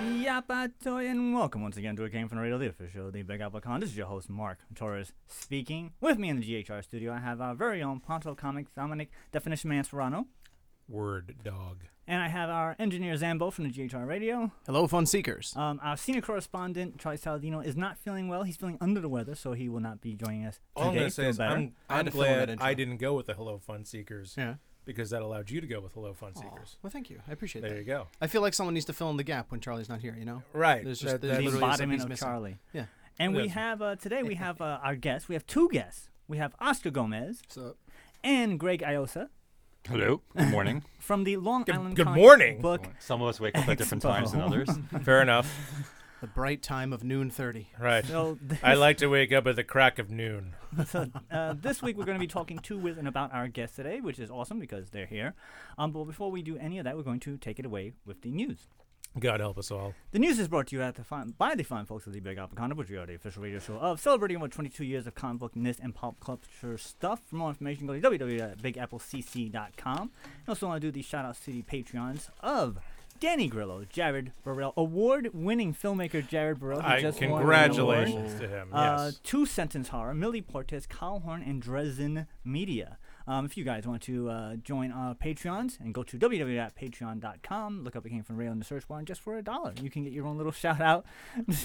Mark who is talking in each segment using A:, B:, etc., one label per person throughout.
A: Yapatoy, and welcome once again to A Game from the Radio, the official of the Big Apple Con. This is your host, Mark Torres, speaking. With me in the GHR studio, I have our very own Ponto Comics, Dominic Definition Man Serrano,
B: Word dog.
A: and I have our engineer, Zambo, from the GHR Radio.
C: Hello, fun seekers.
A: Um, our senior correspondent, Charlie Saladino, is not feeling well. He's feeling under the weather, so he will not be joining us today.
B: All I'm gonna say
A: Feel
B: is
A: better.
B: I'm,
C: I had
B: I'm
C: to fill in that
B: glad
C: intro.
B: I didn't go with the Hello Fun Seekers.
C: Yeah.
B: Because that allowed you to go with Hello Fun Seekers.
C: Well, thank you. I appreciate
B: There
C: that.
B: you go.
C: I feel like someone needs to fill in the gap when Charlie's not here. You know.
B: Right.
C: There's just
B: That-
C: there's
B: that
A: the
C: literally
A: embodiment
C: something's
A: of
C: missing.
A: Charlie.
C: Yeah.
A: And we
B: Yes.
A: have, uh, today we have uh, our guest. We have two guests. We have Oscar Gomez
C: So
A: and Greg Iosa
D: Hello. Good morning.
A: from the Long Island
B: good
A: Comic
B: morning.
A: Book
D: Some of us wake up at different times than
A: Expo.
D: others.
B: Fair enough.
C: the bright time of noon thirty.
B: Right.
A: So
B: I like to wake up at the crack of noon.
A: so, uh, this week we're going to be talking to, with, and about our guests today, which is awesome because they're here. Um, but before we do any of that, we're going to take it away with the news.
B: God help us all.
A: The news is brought to you at the fine, by the fine folks of the Big Apple Comic Book, we are the official radio show of celebrating over 22 years of comic book, nist, and pop culture stuff. For more information, go to www.bigapplecc.com. And also want to do the shout outs to the Patreons of Danny Grillo, Jared Burrell, award winning filmmaker Jared Burrell. who
B: I
A: just won an award.
B: congratulations to him.
A: Uh,
B: yes.
A: Two Sentence Horror, Millie Portes, Kyle Horn, and Dresden Media. Um, if you guys want to uh, join our Patreons and go to www.patreon.com, look up a game from Rail in the search bar, and just for a dollar, you can get your own little shout out.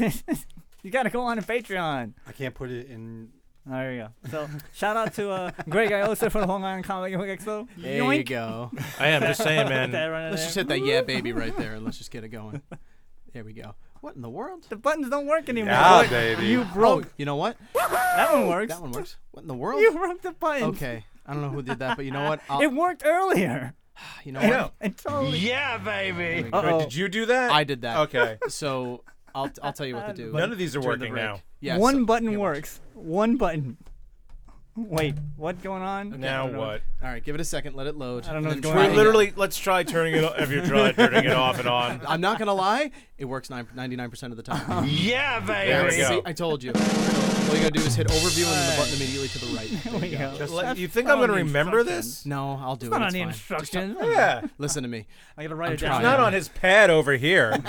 A: you got to go on to Patreon.
E: I can't put it in.
A: There you go. So, shout out to uh, Greg Iosa for the Long Island Comic Book Expo.
C: There you
A: Yoink.
C: go.
B: I am just saying,
A: Put that
B: man.
A: right in
C: let's
A: there.
C: just hit that yeah baby right there, and let's just get it going. There we go. What in the world?
A: The buttons don't work anymore.
D: Yeah, baby.
A: You broke.
C: Oh, you know what?
A: that one works.
C: Oh. That one works. What in the world?
A: You broke the button.
C: Okay. I don't know who did that, but you know what? I'll,
A: It worked earlier.
C: you know what?
A: It totally.
B: Yeah, baby.
C: Uh-oh.
B: Wait, did you do that?
C: I did that.
B: Okay.
C: So I'll I'll tell you what to do.
B: None of these are
C: during the
B: working
C: break.
B: now.
C: Yeah.
A: One
C: so-
A: button
C: here, watch.
A: works. One button. Wait, what's going on?
B: Now what?
C: All right. Give it a second. Let it load.
A: I don't know what's
C: and
A: going
C: then try
A: on.
B: Wait,
C: again.
B: literally, let's try turning it. o- If you try turning it off and on.
C: I'm not gonna lie, it works nine- 99% of the time.
B: Yeah, baby. There we
C: See,
B: go.
C: I told you. All you gotta do is hit overview and then the button immediately to the right. There you go.
A: Just
B: Let- you think I'm gonna remember this?
C: No, I'll do it.
A: Not on
C: it's
A: the
C: fine.
A: instructions.
B: Yeah.
C: Listen to me.
A: I gotta write it
C: trying.
A: down.
B: Not on his pad over here.
C: There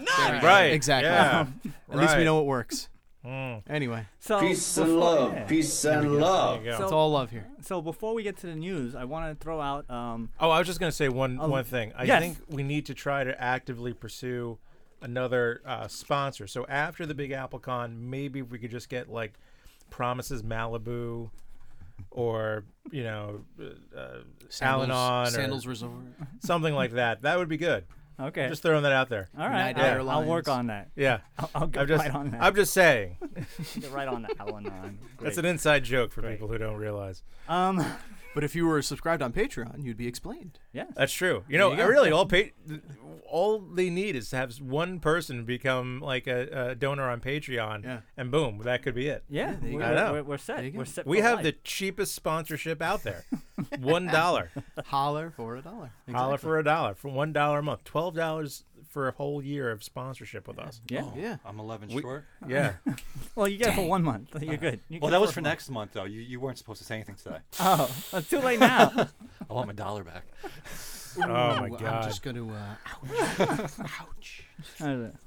C: we go.
B: Right.
C: Exactly.
B: Yeah.
C: At
B: Right.
C: least we
B: Hmm.
C: know it works. Anyway,
A: So
E: Peace and
A: before-
E: love.
A: yeah.
E: Peace and love.
B: Yeah.
A: So-
C: it's all love here.
A: So before we get to the news, I want to throw out. Um,
B: Oh, I was just gonna say one one thing. I
A: yes.
B: think we need to try to actively pursue another uh, sponsor. So after the Big Apple Con, maybe we could just get like Promises Malibu, or you know, uh, uh,
C: Sandals,
B: Al-Anon
C: Sandals
B: or
C: Resort.
B: something like that. That would be good.
A: okay.
B: Just throwing that out there.
A: All right.
C: United
A: I- I'll,
C: Airlines.
A: work on that.
B: Yeah,
A: I'll get
B: I'm just
A: right on that.
B: I'm just saying.
A: Get right on that. Al Anon.
B: That's an inside joke for people who don't realize.
A: Um,
C: But if you were subscribed on Patreon, you'd be explained.
A: yeah.
B: That's true. You know,
C: you go.
B: really, all pa- all they need is to have one person become like a, a donor on Patreon,
C: Yeah.
B: and boom, that could be it.
A: Yeah.
C: there you
A: we're,
B: go. I know.
A: We're, we're set.
C: you go.
A: We're set.
B: We
A: for
B: have
A: life.
B: the cheapest sponsorship out there, one dollar,
C: Holler for a dollar.
B: dollar
C: Exactly.
B: for a dollar, for one dollar a month, twelve dollars for a whole year of sponsorship with us.
A: Yeah.
C: Yeah.
E: I'm 11
D: We-
E: short.
B: Yeah,
A: Well, you get it for one month. You're good. You
E: Well,
A: get it
E: that was
A: a
E: for
A: month.
E: next month, though. You, you weren't supposed to say anything today.
A: Oh, it's too late now.
E: I want my dollar back.
B: oh my
C: Ooh,
B: god,
C: I'm just gonna. Uh,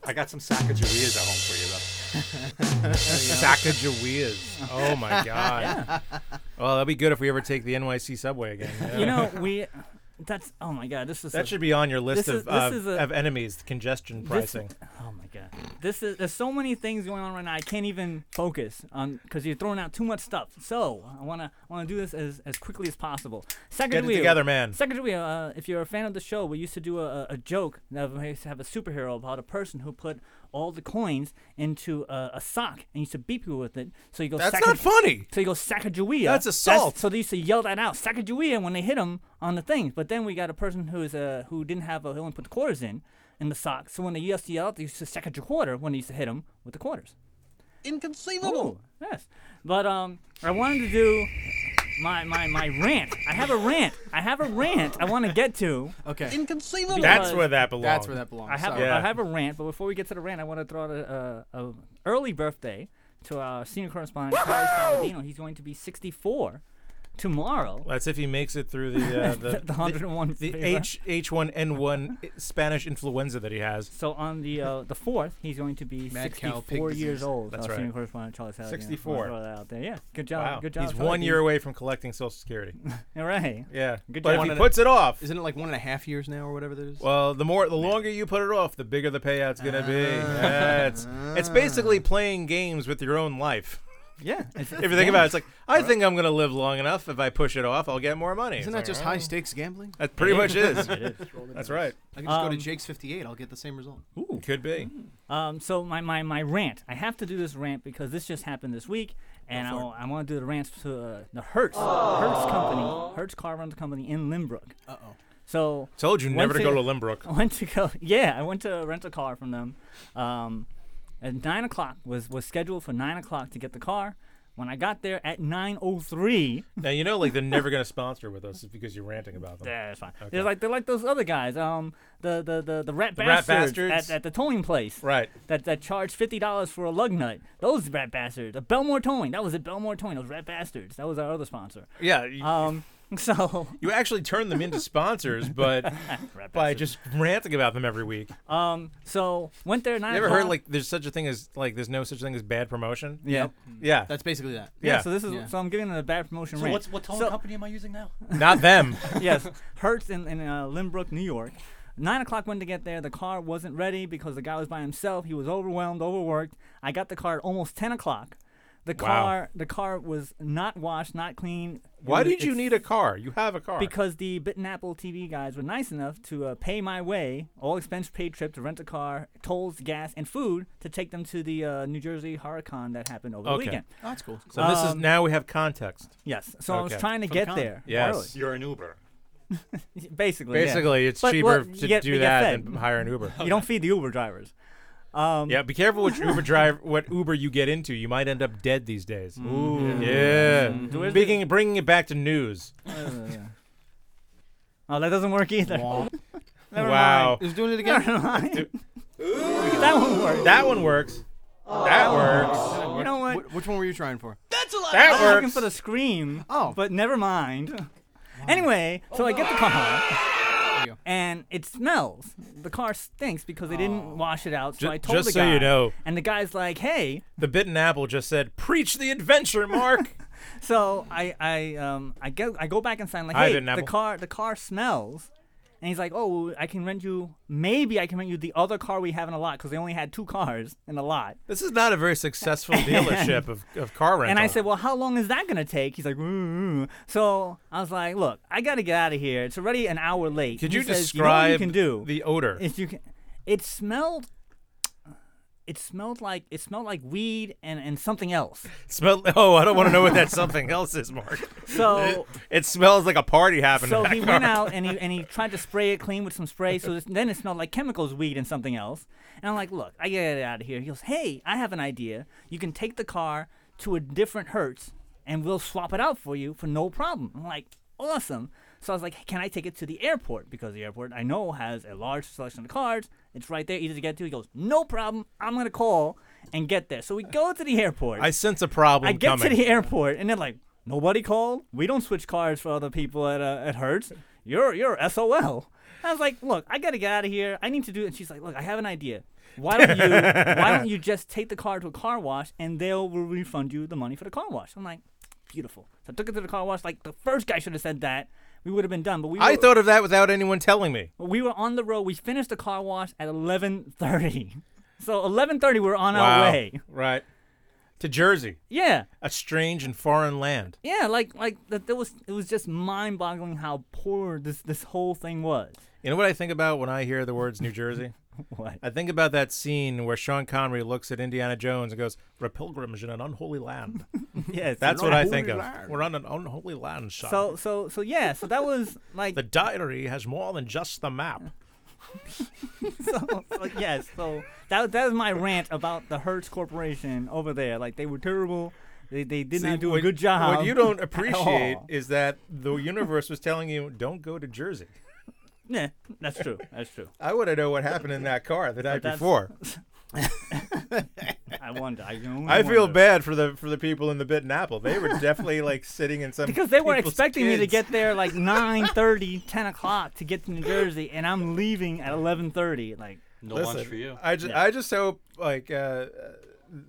E: I got some Sacagaweas at home for you, though.
B: Sacagaweas. Oh my god. Well, that'd be good if we ever take the NYC subway again.
A: you
B: Yeah.
A: know, we. That's oh my god. This is
B: That
A: a-
B: should be on your
A: This
B: list of,
A: is- this
B: of,
A: is a-
B: of enemies, congestion
A: This-
B: pricing.
A: oh my America. This is there's so many things going on right now. I can't even focus on because you're throwing out too much stuff. So I wanna I wanna do this as, as quickly as possible. Second
B: Get it
A: wheel.
B: together, man.
A: Second wheel. Uh, if you're a fan of the show, we used to do a, a- a joke that we used to have a superhero about a person who put all the coins into a, a sock and used to beat people with it. So you go.
B: That's
A: Sacag-
B: not funny.
A: So you go Sacagawea.
B: That's assault.
A: so they used to yell that out Sacagawea when they hit him on the thing. But then we got a person who's uh who didn't have a who only put the quarters in in the sock. So when they used to yell out, they used to Sacagawea quarter when they used to hit him with the quarters.
C: Inconceivable.
A: Yes. But um, I wanted to do my my my rant. I have a rant. I have a rant. I want to get to.
C: Okay.
F: Inconceivable.
B: That's
A: Because
B: where that belongs.
C: That's where that belongs.
A: I have
C: Sorry.
A: a, I
B: Yeah.
A: have a rant, but before we get to the rant, I want to throw out a, a, a early birthday to our senior correspondent, Charlie Saladino. He's going to be 64 tomorrow.
B: That's if he makes it through the uh, the,
A: The 101
B: the
A: fever.
B: H H one N one Spanish influenza that he has.
A: So on the uh, the fourth, he's going to be
C: Mad cow, pig
A: 64 years
C: disease.
A: old.
B: That's
A: our
B: right.
A: Senior correspondent Charlie Saladino.
B: 64.
A: Throw that out there. Yeah. Good job.
B: Wow,
A: Good job.
B: he's
A: Charlie.
B: one year away from collecting Social Security.
A: All right.
B: Yeah,
A: Good
B: but
A: job.
B: if he puts it off,
C: Isn't it like one and a half years now or whatever that is?
B: well, the more the longer you put it off, the bigger the payout's gonna be. Yeah, it's it's
A: Ah.
B: basically playing games with your own life.
A: Yeah. It's,
B: If you think about it, it's like I think I'm gonna live long enough. If I push it off, I'll get more money.
C: Isn't
B: It's
C: that
B: like,
C: just
B: "Oh."
C: high stakes gambling?
B: That pretty much is.
A: it is.
B: That's right.
C: I can just go to
A: Um,
C: Jake's 58. I'll get the same result.
B: Could be.
A: Um, so my, my, my rant. I have to do this rant because this just happened this week, and I, I want to do the rants to uh, the Hertz Hertz
B: Oh.
A: company, Hertz car rental company in Limbrook.
C: Uh oh.
A: So
B: Told you never to go to
A: Limbrook.
B: Limbrook.
A: I went to go. Yeah, I went to rent a car from them. Um, at nine o'clock was was scheduled for nine o'clock to get the car. When I got there at nine o three,
B: Now you know, like they're never gonna sponsor with us because you're ranting about them.
A: Yeah, that's fine. They're like they're like those other guys. Um, the the the, the rat bastards,
B: rat bastards?
A: At, at the towing place.
B: Right.
A: That that charged fifty dollars for a lug nut. Those rat bastards. The Belmore Towing. That was at Belmore Towing. Those rat bastards. That was our other sponsor.
B: Yeah. You,
A: Um, so
B: you actually turn them into sponsors, but
A: rat
B: by
A: bastards.
B: just ranting about them every week. You
A: um, so went there at nine.
B: ever heard
A: o'clock.
B: like there's such a thing as like there's no such thing as bad promotion?
A: yeah.
B: Yeah.
C: That's basically that.
A: Yeah,
B: Yeah.
A: so this is
C: Yeah.
A: so I'm giving it a bad promotion
E: So
A: rant.
E: what's, what tone
A: So-
E: company am I using now?
B: Not them.
A: yes, Hertz in, in uh, Limbrook, New York. Nine o'clock when to get there. The car wasn't ready because the guy was by himself. He was overwhelmed, overworked. I got the car at almost ten o'clock. The
B: Wow.
A: car, the car was not washed, not clean. It
B: Why
A: was-
B: did you
A: it's-
B: need a car? You have a car.
A: Because the Bitten Apple TV guys were nice enough to uh, pay my way, all expense paid trip to rent a car, tolls, gas, and food to take them to the uh, New Jersey Horicon that happened over the
B: Okay.
A: weekend.
C: Oh, that's cool.
B: so this
A: um,
B: is now we have context.
A: Yes, so I was
B: Okay.
A: trying to get
C: con.
A: there.
B: Yes.
E: You're an Uber.
A: early. basically. yeah.
B: Basically, it's
A: But
B: cheaper
A: what-
B: to
A: you get- you
B: do
A: get
B: that
A: fed.
B: than hire an Uber.
A: You don't feed the Uber drivers. Um,
B: Yeah, be careful which Uber drive, what Uber you get into. You might end up dead these days.
A: Mm-hmm.
B: Ooh, yeah.
A: Where's the-
B: Speaking, bringing it back to news.
A: Oh, that doesn't work either. Never
B: wow,
C: Is doing it again?
A: Never mind. that one worked.
B: that one works. That works.
A: You know what?
C: Wh- Which one were you trying for?
A: I was
B: That
A: Oh. looking
B: works.
A: for the scream.
C: Oh.
A: But never mind. Anyway, so I get the car
C: you go.
A: and it smells. The car stinks because they didn't wash it out. So
B: Ju-
A: I told
B: just
A: the
B: so
A: guy.
B: you know.
A: And the guy's like, "Hey."
B: The bitten apple just said, "Preach the adventure, Mark."
A: So I I um I go I go back inside and like,
B: Hi,
A: "Hey,
B: Bitten
A: the
B: Apple."
A: car the car smells." And he's like, "Oh, I can rent you. Maybe I can rent you the other car we have in a lot because they only had two cars in a lot."
B: this is not a very successful dealership of, of car rental.
A: And I said, "Well, how long is that gonna take?" He's like, "Ooh." "So I was like, look, I gotta get out of here. It's already an hour late."
B: "Could
A: He
B: you
A: says, "You know what
B: describe
A: you can do?
B: the odor?"
A: is you can, it smelled. It smelled like it smelled like weed and, and something else.
B: Smell. Oh, I don't want to know what that something else is, Mark.
A: So
B: It smells like a party happened.
A: so
B: in that
A: he
B: car.
A: went out and he and he tried to spray it clean with some spray. So this, then it smelled like chemicals, weed, and something else. And I'm like, look, I gotta get out of here. He goes, hey, I have an idea. You can take the car to a different Hertz, and we'll swap it out for you for no problem. I'm like, awesome. So I was like, can I take it to the airport because the airport I know has a large selection of cars. It's right there, easy to get to. He goes, no problem. I'm gonna call and get there. So we go to the airport.
B: I sense a problem
A: I get
B: coming.
A: to the airport and they're like, nobody called. We don't switch cars for other people at uh, at Hertz. You're you're SOL. I was like, look, I gotta get out of here. I need to do it. And she's like, look, I have an idea. Why don't you Why don't you just take the car to a car wash and they'll will refund you the money for the car wash? I'm like, beautiful. So I took it to the car wash. Like the first guy should have said that. We would have been done. But we
B: I
A: were,
B: thought of that without anyone telling me.
A: we were on the road. We finished the car wash at 11:30. So 11:30, we're on
B: wow.
A: our way.
B: Right. To Jersey,
A: Yeah,
B: a strange and foreign land.
A: yeah. Like like that. There was it was just mind-boggling how poor this this whole thing was.
B: You know what I think about when I hear the words New Jersey?
A: What?
B: I think about that scene where Sean Connery looks at Indiana Jones and goes, "We're pilgrims in an unholy land."
A: Yes.
B: That's what I think of.
C: unholy land.
B: We're on an unholy land, son.
A: So so so yeah. So that was like
B: the diary has more than just the map.
A: so, so yes. So that that was my rant about the Hertz Corporation over there. Like they were terrible. They they did
B: See,
A: not do
B: what-
A: a good job.
B: What you don't
A: at
B: appreciate
A: all.
B: is that the universe was telling you, "Don't go to Jersey."
A: Yeah, that's true. That's true.
B: I want to know what happened in that car the night
A: that's-
B: before.
A: I wonder. I, only
B: I feel
A: wonder.
B: bad for the for the people in the Bitten Apple. They were definitely like sitting in some
A: because they were
B: people's
A: expecting me to
B: kids.
A: get there like 9:30, 10 o'clock to get to New Jersey, and I'm leaving at 11:30. Like,
E: No lunch
B: Listen,
E: for you.
B: I just
A: Yeah.
B: I just hope like uh,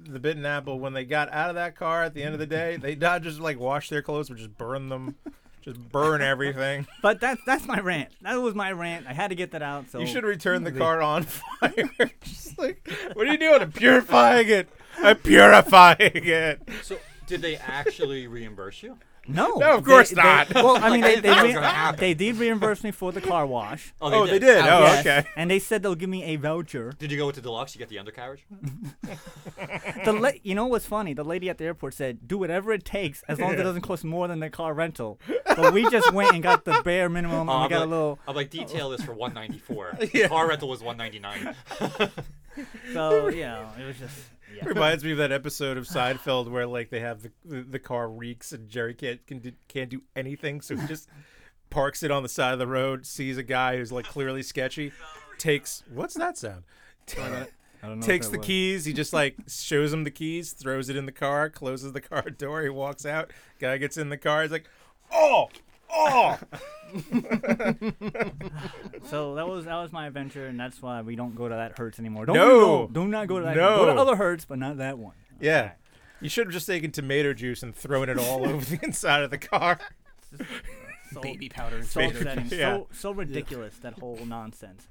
B: the Bitten Apple when they got out of that car at the end of the day, they not just like wash their clothes, but just burn them, just burn everything.
A: but that's that's my rant. That was my rant. I had to get that out. So
B: You should return the car on fire. just like, what are you doing? I'm purifying it. I'm purifying it.
E: So, did they actually reimburse you?
A: no,
B: No, of
A: they-
B: course
A: they-
B: not.
A: well, I mean, they
E: I didn't think
A: they,
E: that was
A: re-
E: gonna happen.
A: they did reimburse me for the car wash.
B: Oh, they did. Oh,
A: Yes,
B: okay.
A: And they said they'll give me a voucher.
E: Did you go with the deluxe? You get the undercarriage? Uh,
A: The la- you know what's funny? The lady at the airport said, "Do whatever it takes, as long as it doesn't cost more than the car rental." But we just went and got the bare minimum, and
E: I'm
A: we got
E: like,
A: a little.
E: I'm like, detail this for 194. Car rental was 199.
A: So yeah, it was just yeah.
B: Reminds me of that episode of Seinfeld where like they have the, the, the car reeks and Jerry can't can do, can't do anything, so he just parks it on the side of the road, sees a guy who's like clearly sketchy, takes what's that sound?
A: I don't know
B: takes the keys. He just like shows him the keys, throws it in the car, closes the car door. He walks out. Guy gets in the car. He's like, oh, oh.
A: So that was that was my adventure, and that's why we don't go to that Hertz anymore. Don't
B: No.
A: go, do not go to that. Go to
B: No.
A: other Hertz, but not that one.
B: yeah. You should have just taken tomato juice and thrown it all over the inside of the car.
A: So,
C: baby powder and
A: so
C: tomato
A: upsetting,
C: juice.
B: Yeah.
A: so so ridiculous that whole nonsense.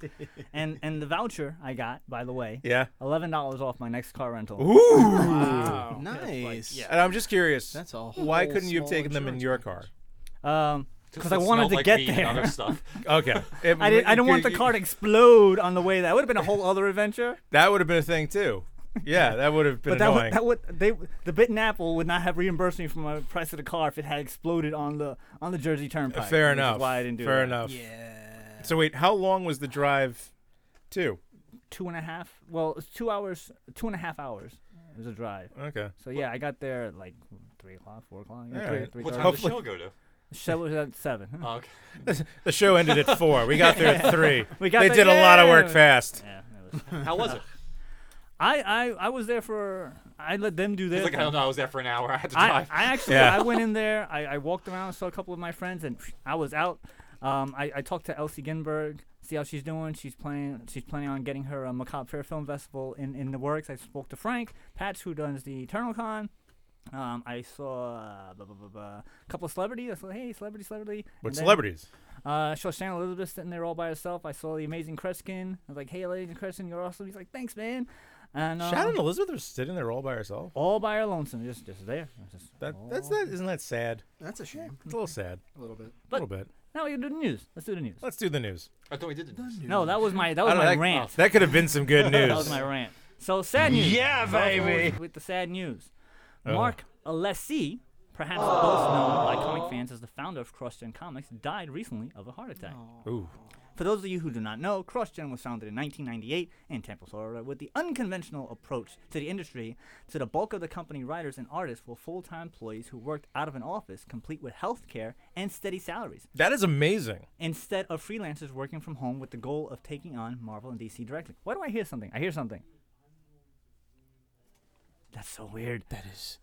A: and and the voucher I got, by the way,
B: Yeah.
A: eleven dollars off my next car rental.
B: Ooh.
C: Wow. Nice.
A: yeah.
B: And I'm just curious.
C: That's a
B: Why
C: whole
B: couldn't you have
C: small
B: taken them in
C: insurance
B: your car?
C: package.
A: Um, because I
E: It
A: wanted
E: smelled
A: to
E: like
A: get
E: weed and
A: there.
E: other stuff.
B: Okay.
A: I didn't. I didn't want the car to explode on the way. That would have been a whole other adventure.
B: That would have been a thing too. Yeah, that would have been
A: But that
B: annoying.
A: would, that would they the bitten apple would not have reimbursed me for my price of the car if it had exploded on the on the Jersey Turnpike.
B: Fair
A: which is
B: enough.
A: why I didn't do
B: Fair
A: that.
B: enough.
C: Yeah.
B: So wait, how long was the drive? to?
A: Two and a half. Well, it's two hours. Two and a half hours. It was a drive.
B: Okay.
A: So yeah, I got there at like three o'clock, four o'clock. Yeah,
B: All
A: three,
B: right.
A: three
E: What time
A: thirty.
E: did the show go to?
A: Show was at seven.
E: Oh, okay.
B: The show ended at four. We got there at three.
A: We got
B: they
A: there-
B: did a lot of work
A: yeah.
B: fast.
A: Yeah, it was.
E: How was it?
A: I, I I was there for. I let them do
E: It's
A: their.
E: like, I
A: thing.
E: don't know. I was there for an hour. I had to
A: I,
E: drive.
A: I actually
B: Yeah.
A: I went in there. I, I walked around, saw a couple of my friends, and I was out. Um, I, I talked to Elsie Ginberg, see how she's doing. She's playing. She's planning on getting her uh, Macabre Fair Film Festival in, in the works. I spoke to Frank Patch, who does the Eternal Con. Um, I saw uh, blah, blah, blah, blah, a couple of celebrities. I saw, hey, celebrity, celebrity.
B: What
A: And then,
B: celebrities?
A: Uh, I saw Shannon Elizabeth sitting there all by herself. I saw the amazing Kreskin. I was like, hey, amazing Kreskin, you're awesome. He's like, thanks, man. And uh,
B: Shannon Elizabeth was sitting there all by herself.
A: all by her lonesome, just just there. Just
B: That
A: all
B: that's that isn't that sad?
C: That's a shame.
B: It's a little sad.
C: A little bit.
B: A little bit.
A: Now we can do the news. Let's do the news.
B: Let's do the news.
E: I thought we did. not
A: No, that was my that
B: I
A: was
B: don't
A: my
B: know, that,
A: rant.
B: That could have been some good news.
A: That was my rant. So sad news. Yeah, baby. With the sad news,
B: Oh.
A: Mark Alessi, perhaps most known by comic fans as the founder of CrossGen Comics, died recently of a heart attack.
B: Ooh.
A: For those of you who do not know, CrossGen was founded in 1998 in Tampa, Florida, with the unconventional approach to the industry. So the bulk of the company writers and artists were full-time employees who worked out of an office, complete with health care and steady salaries
B: That is amazing.
A: instead of freelancers working from home with the goal of taking on Marvel and DC directly. Why do I hear something? I hear something. That's so weird.
C: That is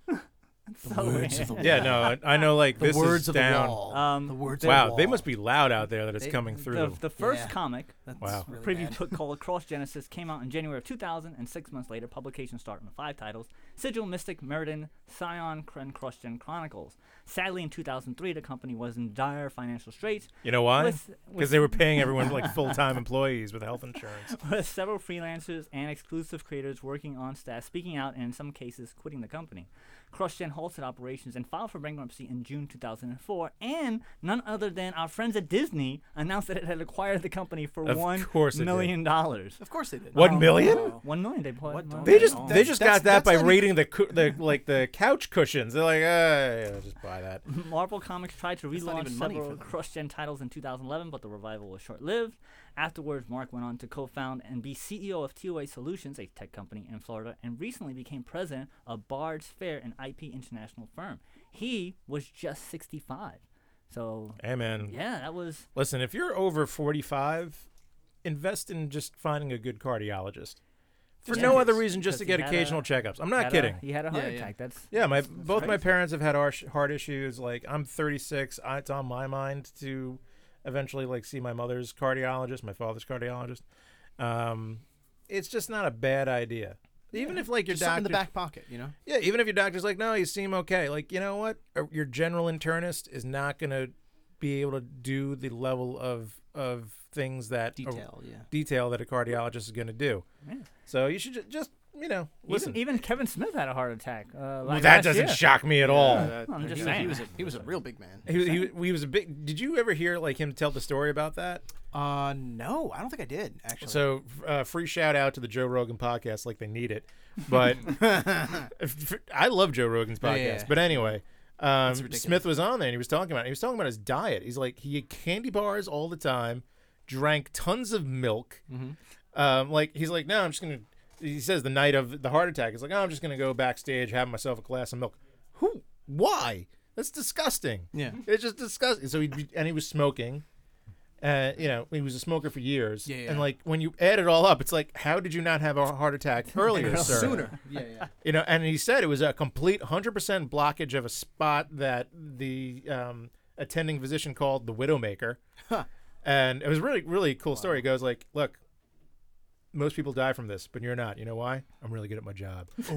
A: so
C: Words
A: weird.
C: of the
B: Yeah, no, I- I know. Like
C: The
B: this
C: words
B: is
C: of
B: down.
C: the wall.
A: Um,
C: the words.
B: Wow,
C: of the
B: they
C: wall.
B: must be loud out there that it's
C: They-
B: coming
C: the-
B: through.
A: The, the first
C: Yeah.
A: comic
C: That's
B: Wow.
C: really
A: preview
C: bad.
A: took called Cross Genesis came out in January of 2000, and six months later, publication started with five titles Sigil, Mystic, Meriden, Scion, and Cross Gen Chronicles. Sadly, in 2003, the company was in dire financial straits.
B: you know why?
A: With- with-
B: Because they were paying everyone like full time employees with health insurance.
A: with several freelancers and exclusive creators working on staff speaking out and in some cases quitting the company. CrossGen halted operations and filed for bankruptcy in June 2004 and none other than our friends at Disney announced that it had acquired the company for
B: Of
A: one
B: course it did.
A: million dollars.
C: Of course they did. Oh,
B: One million?
A: One million they bought.
C: What
A: well,
C: don't
B: Oh, They just
C: Oh.
B: they just
C: That's-
B: got that
C: that's
B: by
C: not e-
B: rating the cou- the like the couch cushions. They're like, ah, yeah, just buy that.
A: Marvel Comics tried to
C: That's not
A: relaunch
C: even money
A: several
C: for them.
A: CrossGen titles in 2011, but the revival was short-lived. Afterwards, Mark went on to co-found and be CEO of TOA Solutions, a tech company in Florida, and recently became president of Bard's Fair, an IP international firm. He was just 65, so
B: Amen.
A: yeah, that was
B: Listen, if you're over 45, invest in just finding a good cardiologist for
A: Yeah,
B: no other
A: because-
B: reason, just to
A: because
B: get
A: he had
B: occasional
A: a-
B: checkups. I'm
A: had
B: not
A: a-
B: kidding.
A: he had a heart
C: Yeah, yeah.
A: attack. That's
B: Yeah, my both my
A: crazy.
B: parents have had harsh, heart issues. Like I'm 36. I, it's on my mind to eventually like see my mother's cardiologist, my father's cardiologist. Um, it's just not a bad idea. Even if like your
C: Just something in
B: doctor,
C: the back pocket, you know.
B: yeah, even if your doctor's like, no, you seem okay. Like you know what, Uh, your general internist is not gonna be able to do the level of of things that a-
C: Detail, yeah.
B: detail that a cardiologist is gonna do. So you should ju- just you know listen.
A: Even, even Kevin Smith had a heart attack. Uh,
B: Well,
A: like
B: that
A: last
B: doesn't
A: year.
B: shock me at all.
A: I'm just
C: Oh, he,
A: saying.
C: he was a he was a real big man.
B: He was, he, was- he was a big. Did you ever hear like him tell the story about that?
C: Uh, no, I don't think I did actually.
B: So, uh, free shout out to the Joe Rogan podcast, like they need it. But f- I love Joe Rogan's podcast.
C: Oh, yeah, yeah.
B: But anyway, um,
C: ridiculous.
B: Smith was on there and he was talking about it. he was talking about his diet. He's like he ate candy bars all the time, drank tons of milk.
C: Mm-hmm.
B: Um, like he's like, no, I'm just gonna. He says the night of the heart attack, he's like, oh, I'm just gonna go backstage, have myself a glass of milk. Who? Why? That's disgusting.
C: Yeah.
B: it's just disgusting. So he and he was smoking uh, you know, he was a smoker for years.
C: Yeah, yeah.
B: And like when you add it all up, it's like, how did you not have a heart attack earlier, sir?
C: Sooner, yeah, yeah.
B: You know, and he said it was a complete 100% blockage of a spot that the um, attending physician called the widowmaker. And it was really, really cool story. He goes like, look, most people die from this, but you're not. You know why? I'm really good at my job.
C: Oh.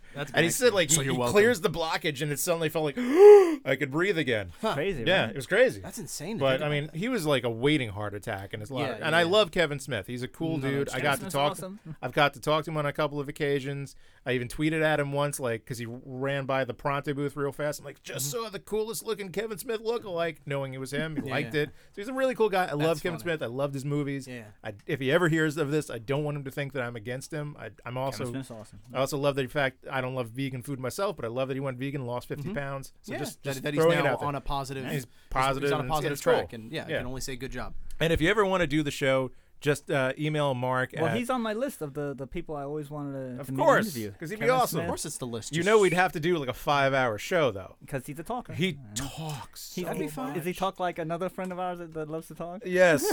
C: That's
B: And he said like
C: So
B: he,
C: you're
B: he
C: welcome.
B: clears the blockage, and it suddenly felt like I could breathe again.
A: crazy.
B: Yeah,
A: right?
B: it was crazy.
C: That's insane. to think
B: But I
C: about
B: mean,
C: that.
B: he was like a waiting heart attack in his life,
C: Yeah,
B: and
C: yeah. Mm-hmm.
B: I love Kevin Smith. He's a cool
C: no,
B: dude. I got to
A: Kevin Smith's
B: talk.
A: awesome.
B: I've got to talk to him on a couple of occasions. I even tweeted at him once, like because he ran by the Pronto booth real fast. I'm like, just
C: Mm-hmm.
B: saw the coolest looking Kevin Smith lookalike, knowing it was him. He liked
C: Yeah.
B: it. So he's a really cool guy. I love Kevin
C: funny.
B: Smith. I loved his movies.
C: Yeah.
B: I, if he ever hears of this, I don't want him to think that I'm against him. I, I'm also.
A: Kevin Smith's awesome.
B: I also love the fact I don't love vegan food myself, but I love that he went vegan, lost 50 pounds. So
C: Mm-hmm. yeah,
B: just,
C: that-
B: just
C: that,
B: throwing
C: he's
B: it
C: now
B: out there.
C: on a positive.
B: He's
C: he's-
B: positive
C: He's on
B: and
C: a
B: it's-
C: positive
B: it's cool.
C: track, and yeah, I
B: Yeah.
C: can only say good job.
B: And if you ever want to do the show, just uh, email Mark.
A: Well,
B: at,
A: he's on my list of the, the people I always wanted to,
B: Of
A: to meet and
B: course,
A: interview.
B: 'cause he'd be
A: Kevin
B: awesome.
C: Of
A: Smith,
C: course, it's the list.
B: you know we'd have to do like a five-hour show though.
A: because he's a talker.
B: He talks.
A: He-
B: so
C: That'd be fun.
A: Is he talk like another friend of ours that, that loves to talk?
B: yes,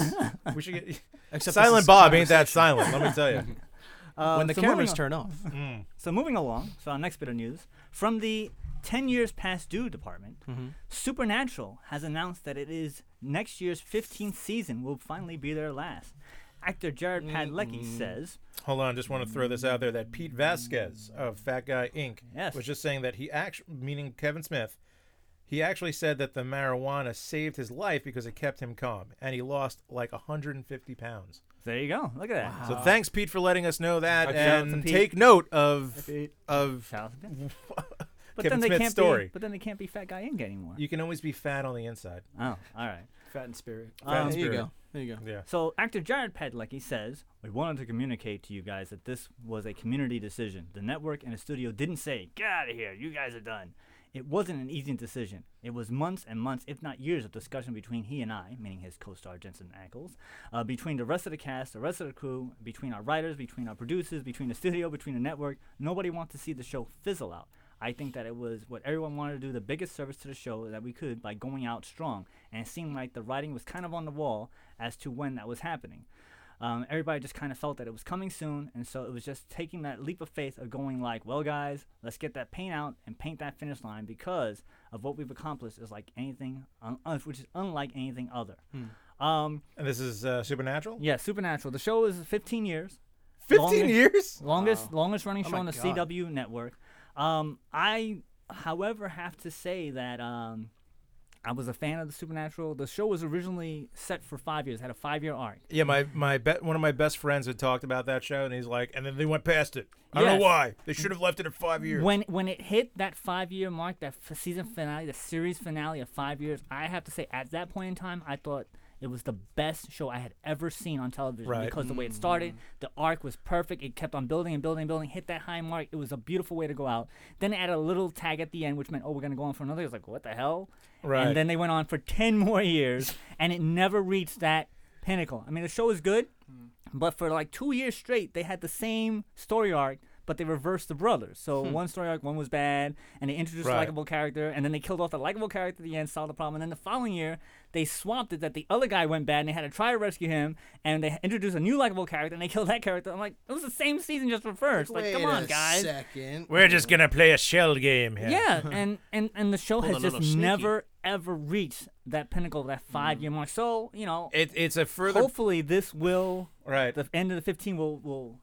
B: we should get
C: Except this
B: Silent
C: is
B: Bob. Ain't that silent? Let me tell you.
A: Uh,
C: when the
A: so
C: cameras
A: moving
C: turn off.
A: on- so moving along, so our next bit of news from the ten years past due department,
B: Mm-hmm.
A: Supernatural has announced that it is next year's fifteenth season will finally be their last. Actor Jared Padalecki says,
B: Hold on, just want to throw this out there that Pete Vasquez of Fat Guy Inc.
A: Yes.
B: was just saying that he actually, meaning Kevin Smith, he actually said that the marijuana saved his life because it kept him calm, and he lost like 150 pounds.
A: "There you go. Look at that."
B: So thanks, Pete, for letting us know that,
A: Ah. Shout out to
B: and
A: Pete.
B: take note of
A: Pete.
B: of
A: Shout out to Pete. But
B: Kevin
A: then they
B: Smith's
A: can't
B: story.
A: Be, but then they can't be Fat Guy Inc. anymore.
B: You can always be fat on the inside.
A: oh, all right.
G: Fat in spirit.
A: Um,
C: There you
B: Spirit.
C: go. There you go.
B: Yeah.
A: So actor Jared Padalecki says, "We wanted to communicate to you guys that this was a community decision. The network and the studio didn't say, "Get out of here, you guys are done." It wasn't an easy decision. It was months and months, if not years, of discussion between he and I, meaning his co-star Jensen Ackles, uh, between the rest of the cast, the rest of the crew, between our writers, between our producers, between the studio, between the network. Nobody wants to see the show fizzle out. I think that it was what everyone wanted to do the biggest service to the show that we could by going out strong, and it seemed like the writing was kind of on the wall as to when that was happening. Um, everybody just kind of felt that it was coming soon, and so it was just taking that leap of faith of going like, well, guys, let's get that paint out and paint that finish line because of what we've accomplished is like anything, un- un- which is unlike anything other. Um,
B: And this is uh, Supernatural.
A: yeah, Supernatural. The show is 15 years.
B: Fifteen
A: Longest-
B: years.
A: Longest longest running show
C: Oh my
A: on the
C: God.
A: CW network. Um, I, however, have to say that um, I was a fan of the Supernatural. The show was originally set for five years, had a five year arc.
B: Yeah, my my be- one of my best friends had talked about that show, and he's like, and then they went past it. I don't
A: Yes.
B: know why. They should have left it at five years.
A: When when it hit that five year mark, that f- season finale, the series finale of five years, I have to say at that point in time, I thought it was the best show I had ever seen on television
B: Right.
A: because the way it started, the arc was perfect. It kept on building and building and building, hit that high mark. It was a beautiful way to go out. Then it added a little tag at the end, which meant oh we're gonna go on for another. It was like what the hell?
B: Right.
A: And then they went on for ten more years, and it never reached that pinnacle. I mean, the show is good. But for like two years straight, they had the same story arc, but they reversed the brothers. So one story arc, one was bad, and they introduced a
B: Hmm. Right.
A: likable character, and then they killed off the likable character at the end, solved the problem. And then the following year, they swapped it that the other guy went bad, and they had to try to rescue him, and they introduced a new likable character, and they killed that character. I'm like, it was the same season just reversed. Like, come
C: Wait
A: on,
C: a
A: guys.
C: Second.
B: We're just gonna play a shell game here.
A: Yeah, and, and and the show
C: Pulled
A: has
C: a little
A: just
C: sneaky.
A: never ever reached that pinnacle, that five year mark. So you know,
B: Hmm. It, it's a further
A: hopefully this will.
B: right.
A: The end of the 15 will will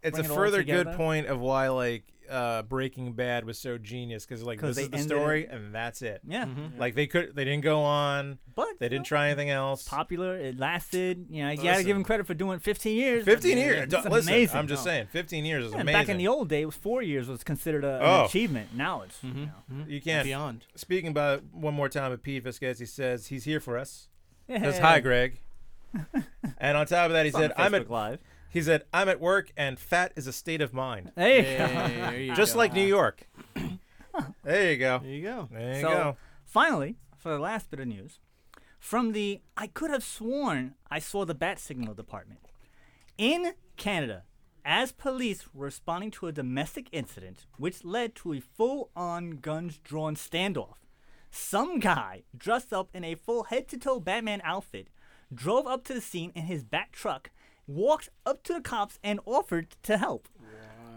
B: it's a
A: bring it all
B: further good
A: together.
B: point of why like uh, Breaking Bad was so genius because like
A: 'Cause
B: this
A: they
B: is the
A: ended
B: story and that's it.
A: yeah.
B: Like they could they didn't go on.
A: But
B: They didn't try anything else.
A: popular. It lasted. You know, you got to give
B: Listen.
A: him credit for doing 15 years.
B: Fifteen
A: Yeah,
B: years.
A: it's
B: D- Listen,
A: amazing.
B: I'm just saying, fifteen years is
A: Yeah,
B: amazing.
A: back in the old day, it was four years was considered a, an
B: Oh. Mm-hmm.
A: achievement. Now it's you know,
B: you can't.
C: Beyond.
B: Speaking about it one more time, with Pete Viscazzi says he's here for us. Says
A: Yeah.
B: hi, Greg. and on top of that, he
A: It's on
B: said I'm
A: Facebook
B: at
A: live.
B: he said I'm at work and fat is a state of mind,
A: There you
C: Hey,
A: go.
C: there you
B: just
C: go.
B: like New York. there you go.
C: There you go.
B: There you
A: So
B: go.
A: finally, for the last bit of news, from the I could have sworn I saw the bat signal department in Canada. As police were responding to a domestic incident, which led to a full on guns drawn standoff, some guy dressed up in a full head to toe Batman outfit drove up to the scene in his bat truck, walked up to the cops, and offered to help.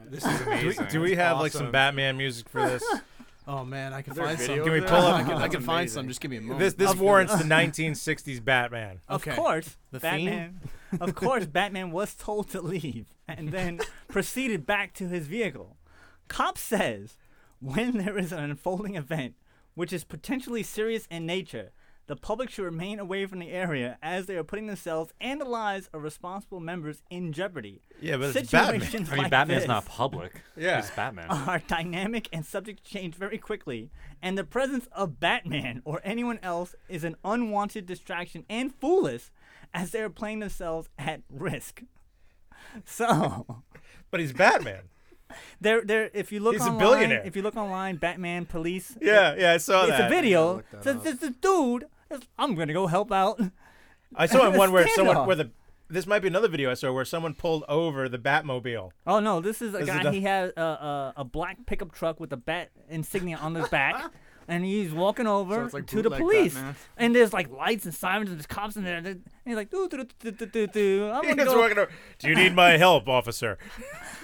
D: This is
B: Do we,
D: amazing.
B: do we have like some
D: Awesome.
B: Batman music for this?
C: Oh man, I can
D: there
C: find some.
D: video
B: Can we
D: of
B: pull
D: that?
B: up-
C: I can, I
D: That's
C: can find
D: amazing.
C: some. Just give me a moment.
B: this this warrants the 1960s Batman.
C: okay.
A: Of course,
C: The
A: Batman. of course, Batman was told to leave and then proceeded back to his vehicle. Cop says, when there is an unfolding event which is potentially serious in nature, the public should remain away from the area as they are putting themselves and the lives of responsible members in jeopardy.
B: Yeah, but it's Batman.
A: Situations
D: I mean,
A: like
D: Batman's
A: this
D: not public.
B: Yeah.
D: It's Batman.
A: are dynamic and subject to change very quickly, and the presence of Batman or anyone else is an unwanted distraction and foolish as they are playing themselves at risk. So
B: But he's Batman.
A: there there if you look
B: He's a
A: online
B: billionaire.
A: if you look online, Batman police
B: Yeah, yeah, I saw
A: it's
B: that.
A: a video. So this this dude is, I'm gonna go help out.
B: I saw in one where someone
A: Standoff.
B: where the this might be another video I saw where someone pulled over the Batmobile.
A: Oh no, this is a
B: This is
A: guy.
B: the-
A: he had a, a a black pickup truck with a bat insignia on his back, and he's walking over
C: Sounds like
A: to the
C: bootleg
A: police.
C: Batman.
A: and there's like lights and sirens and there's cops in there. And he's like, doo doo doo doo doo doo. I'm
B: He
A: gonna
B: was
A: go.
B: walking over. Do you need my help, officer?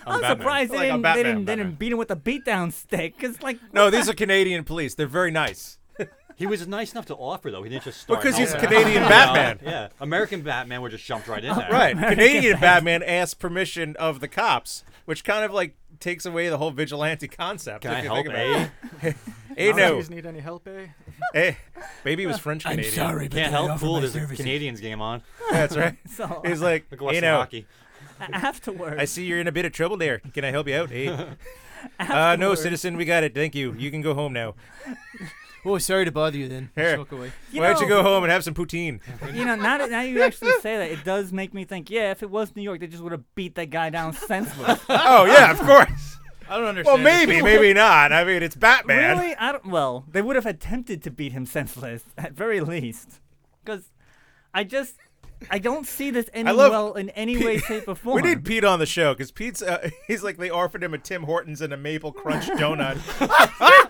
A: I'm
D: Batman.
A: surprised they
B: Like,
A: didn't, they
B: I'm Batman,
A: didn't, they
D: Batman.
A: didn't beat him with a beatdown stick. Cause like
B: No, these are Canadian police. They're very nice.
D: He was nice enough to offer, though. He didn't just start.
B: Because he's
D: helping.
B: Canadian
D: You know?
B: Batman.
D: Yeah. American Batman would just jumped right in there.
B: Right. Canadian Batman asks permission of the cops, which kind of like takes away the whole vigilante concept.
D: Can
B: if
D: I
B: you
D: help,
B: think about it.
D: eh?
B: Hey, no.
G: Ladies need any help, eh?
B: Hey, baby was French Canadian.
C: but
D: Can't help. Cool. There's a Canadians game on.
B: That's right.
A: so
B: He's like,
D: Like
B: hey,
D: watching
B: no.
D: hockey.
A: afterwards.
B: I see you're in a bit of trouble there. Can I help you out? Hey. Uh, no, citizen, we got it. Thank you. You can go home now.
C: Oh, sorry to bother you. Then
B: Here.
C: Just walk away.
A: you
B: Why don't you
A: know-
B: go home and have some poutine?
A: You know, now that now you actually say that, it does make me think. Yeah, if it was New York, they just would have beat that guy down senseless.
B: oh yeah, of course.
C: I don't understand.
B: Well, maybe, maybe not. I mean, it's Batman.
A: Really? I don't. Well, they would have attempted to beat him senseless at very least, because I just I don't see this ending
B: love-
A: well in any way, shape, or form.
B: We need Pete on the show because Pete's uh, he's like they offered him a Tim Hortons and a maple crunch donut.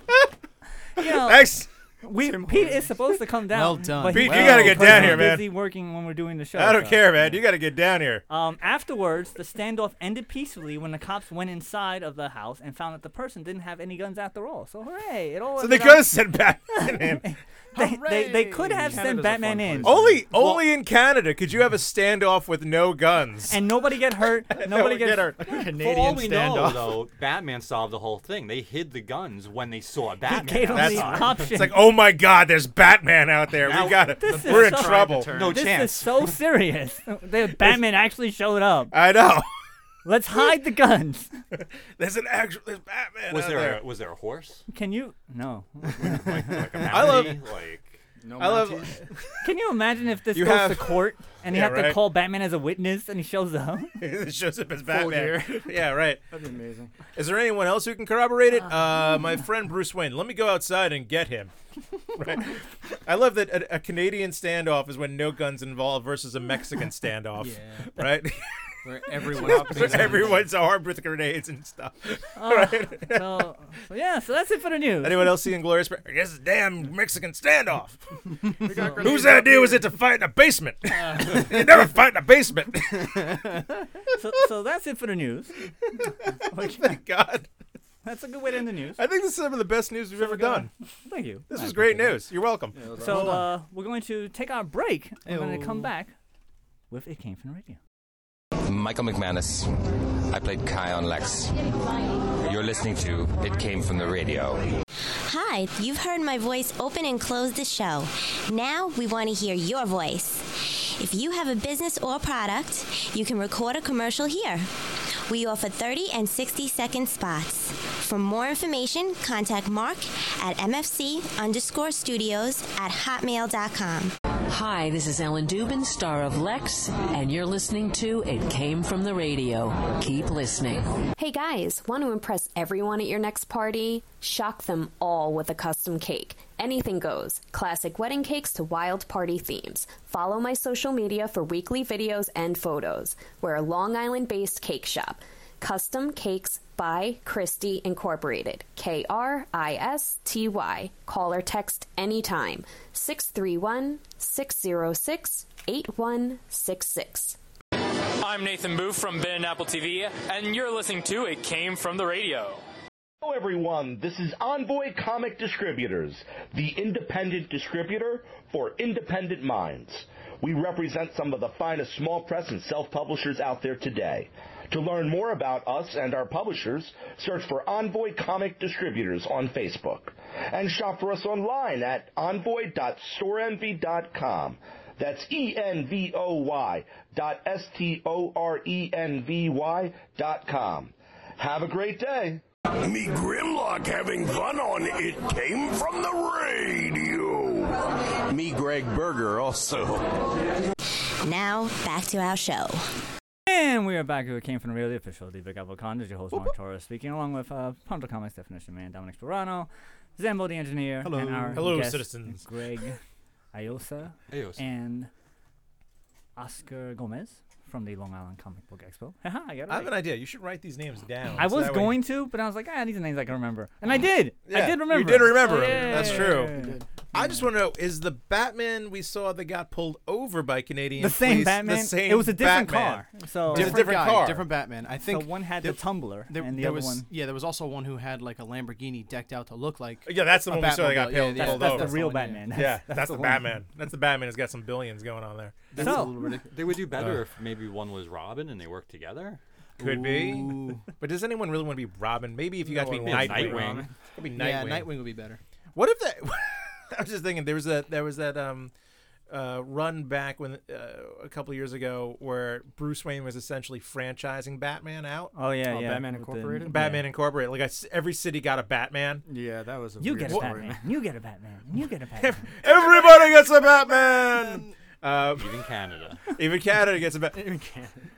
A: You know,
B: Thanks.
A: We Pete is supposed to come down.
C: Well done.
A: but
B: Pete, you
A: he's
B: gotta get down
A: personally
B: here, man.
A: Busy working when we're doing the show.
B: I don't
A: so.
B: care, man. You got to get down here.
A: Um, afterwards, the standoff ended peacefully when the cops went inside of the house and found that the person didn't have any guns after all. So hooray! It all
B: So
A: ended
B: they
A: up-
B: could have sent Batman in.
A: they, they, they could have sent
E: Canada's a fun
A: Batman in,
E: place.
B: Only, only in Canada could you have a standoff with no guns.
A: and nobody get hurt. Nobody
B: Nobody
A: gets
B: get hurt.
D: For all
C: Canadian
D: we know,
C: standoff.
D: though, Batman solved the whole thing. They hid the guns when they saw Batman.
A: gave him
D: outside.
A: the
B: That's-
A: option.
B: It's like, oh my God, there's Batman out there.
D: Now-
B: we got it.
A: This is
B: We're in
A: so-
B: trouble.
D: no
A: this is
D: chance.
A: so serious. The Batman actually showed up.
B: I know.
A: Let's hide the guns.
B: There's an actual. There's Batman
D: was
B: out
D: there,
B: there.
D: A, was there a horse?
A: Can you? No.
D: Like a
B: I love-
D: mountie? like
C: No
B: I love.
C: Mounties.
A: Can you imagine if this
B: You
A: goes
B: have-
A: to court and
B: Yeah,
A: you have to
B: right.
A: call Batman as a witness and he shows up?
B: it shows up as
C: Full
B: Batman. yeah, right.
C: That'd be amazing.
B: Is there anyone else who can corroborate it? Uh, my friend Bruce Wayne. Let me go outside and get him. Right. I love that a, a Canadian standoff is when no guns involved versus a Mexican standoff.
C: Yeah.
B: Right?
C: Where everyone else
B: So everyone's armed with grenades and stuff.
A: So, so yeah, so that's it for the news.
B: Anyone else see Inglorious? I guess it's a damn Mexican standoff.
E: We got grenades
B: Whose
E: out
B: idea was it to fight in a basement? you never fight in a basement.
A: So, so that's it for the news. Which-
B: Thank God.
A: that's a good way to end the news.
B: I think this is some of the best news we've ever done.
A: Thank you.
B: This was great news. You're welcome.
A: So uh, we're going to take our break. We're going to come
C: Ew.
A: back with It Came From the Radio.
G: Michael McManus. I played Kai on Lex. You're listening to It Came From The Radio.
H: Hi, you've heard my voice open and close the show. Now we want to hear your voice. If you have a business or product, you can record a commercial here. We offer 30 and 60 second spots. For more information, contact Mark at mfc underscore studios at hotmail.com.
I: Hi, this is Ellen Dubin, star of Lex, and you're listening to It Came From the Radio. Keep listening.
J: Hey guys, want to impress everyone at your next party? Shock them all with a custom cake. Anything goes. Classic wedding cakes to wild party themes. Follow my social media for weekly videos and photos. We're a Long Island based cake shop. Custom Cakes by Christie Incorporated. K R I S T Y. Call or text anytime. 631 606 8166.
K: I'm Nathan Booth from Ben and Apple TV, and you're listening to It Came From the Radio.
L: Hello, everyone. This is Envoy Comic Distributors, the independent distributor for independent minds. We represent some of the finest small press and self publishers out there today. To learn more about us and our publishers, search for Envoy Comic Distributors on Facebook and shop for us online at envoy.storeenvy.com. That's E N V O Y dot S T O R E N V Y dot com. Have a great day.
G: Me Grimlock having fun on It Came From The Radio. Me Greg Berger also.
H: Now back to our show.
A: And we are back who came from the really official The Big Apple Con. This is your host, Mark Torres, speaking along with uh, Pronto Comics Definition Man, Dominic Sperano, Zambo the Engineer, and our
B: Hello,
A: guest,
B: citizens.
A: Greg Iosa,
D: Ayosa.
A: and Oscar Gomez from the Long Island Comic Book Expo. Haha, I got it.
B: I have
A: right.
B: an idea. You should write these names down.
A: I
B: so
A: was
B: that way-
A: going to, but I was like, ah, these are names I can remember. And I did. I
B: Yeah,
A: did remember.
B: You did remember.
A: Oh,
B: them. That's
A: yeah.
B: true. I just want to know: Is the Batman we saw that got pulled over by Canadian
A: The same
B: police
A: Batman.
B: the same
A: it was a different
B: Batman?
A: car. So
B: Different-
C: guy,
B: car.
C: different Batman. I
A: So
C: think
A: one had the
C: there-
A: tumbler,
C: there,
A: and the
C: there
A: other
C: was,
A: one.
C: Yeah, there was also one who had like a Lamborghini decked out to look like.
B: Yeah, that's the
C: a
B: one we saw that got
C: Batmobile. Yeah,
B: pulled-
C: yeah,
B: pulled
A: That's
B: over.
A: the real
C: one, yeah.
A: Batman.
B: Yeah, that's, the,
A: one.
B: Batman. That's the Batman. Has got some billions going on there.
C: That's
A: So-
C: a little ridiculous.
D: they would do better if maybe one was Robin and they worked together.
B: Could be. But does anyone really want to be Robin? Maybe if you got to be
D: wants
B: Nightwing.
D: Nightwing.
B: Could be Nightwing.
C: Yeah, Nightwing would be better.
B: What if that? I was just thinking there was that there was that um, uh, run back when uh, a couple of years ago where Bruce Wayne was essentially franchising Batman out.
A: Oh yeah,
K: Oh,
A: yeah.
K: Batman
A: with the-
K: Incorporated?
B: Batman Incorporated, like a s every city got a Batman.
K: Yeah, that was a
A: You get a Batman. You get a Batman. You get a Batman.
B: Everybody gets a Batman. Uh,
D: Even Canada.
B: even Canada gets a Batman.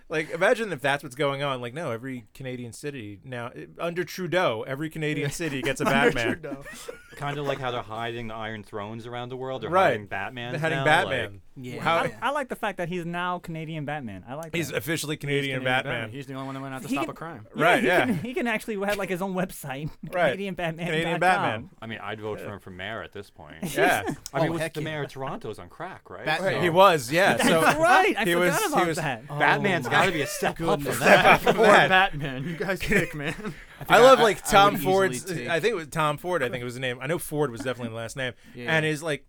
B: Like, imagine if that's what's going on. Like, no, every Canadian city now it- under Trudeau, every Canadian city gets a Batman.
D: kind of like how they're hiding the Iron Thrones around the world. They're
B: Right.
D: hiding Batman.
B: They're hiding
D: now,
B: Batman.
D: like-
B: Yeah.
A: I, I like the fact that he's now Canadian Batman. I like.
B: He's
A: that.
B: officially Canadian, Batman.
C: He's the only one that went out to
A: He
C: stop
A: can-
C: a crime.
B: Right,
A: he
B: yeah.
A: Can, he can actually have like his own website.
B: Right.
A: Canadian Batman.
D: I mean, I'd vote for him for mayor at this point.
B: Yeah.
D: I mean,
B: Oh,
D: what's
B: heck
D: the
B: yeah.
D: mayor of Toronto's on crack, right?
B: Bat- Right,
D: So-
B: he was, yeah. That's So- right, I he forgot was- about he was- that.
D: Batman's
B: Oh,
D: got to
B: my
D: be a step up
B: goodness.
D: from that.
B: Step up from that.
C: Batman, you guys pick, man.
B: I, love like
C: I
B: Tom
C: would easily
B: Ford's.
C: take-
B: I think it was Tom Ford. I think it was the name. I know Ford was definitely the last name.
C: Yeah.
B: And he's like,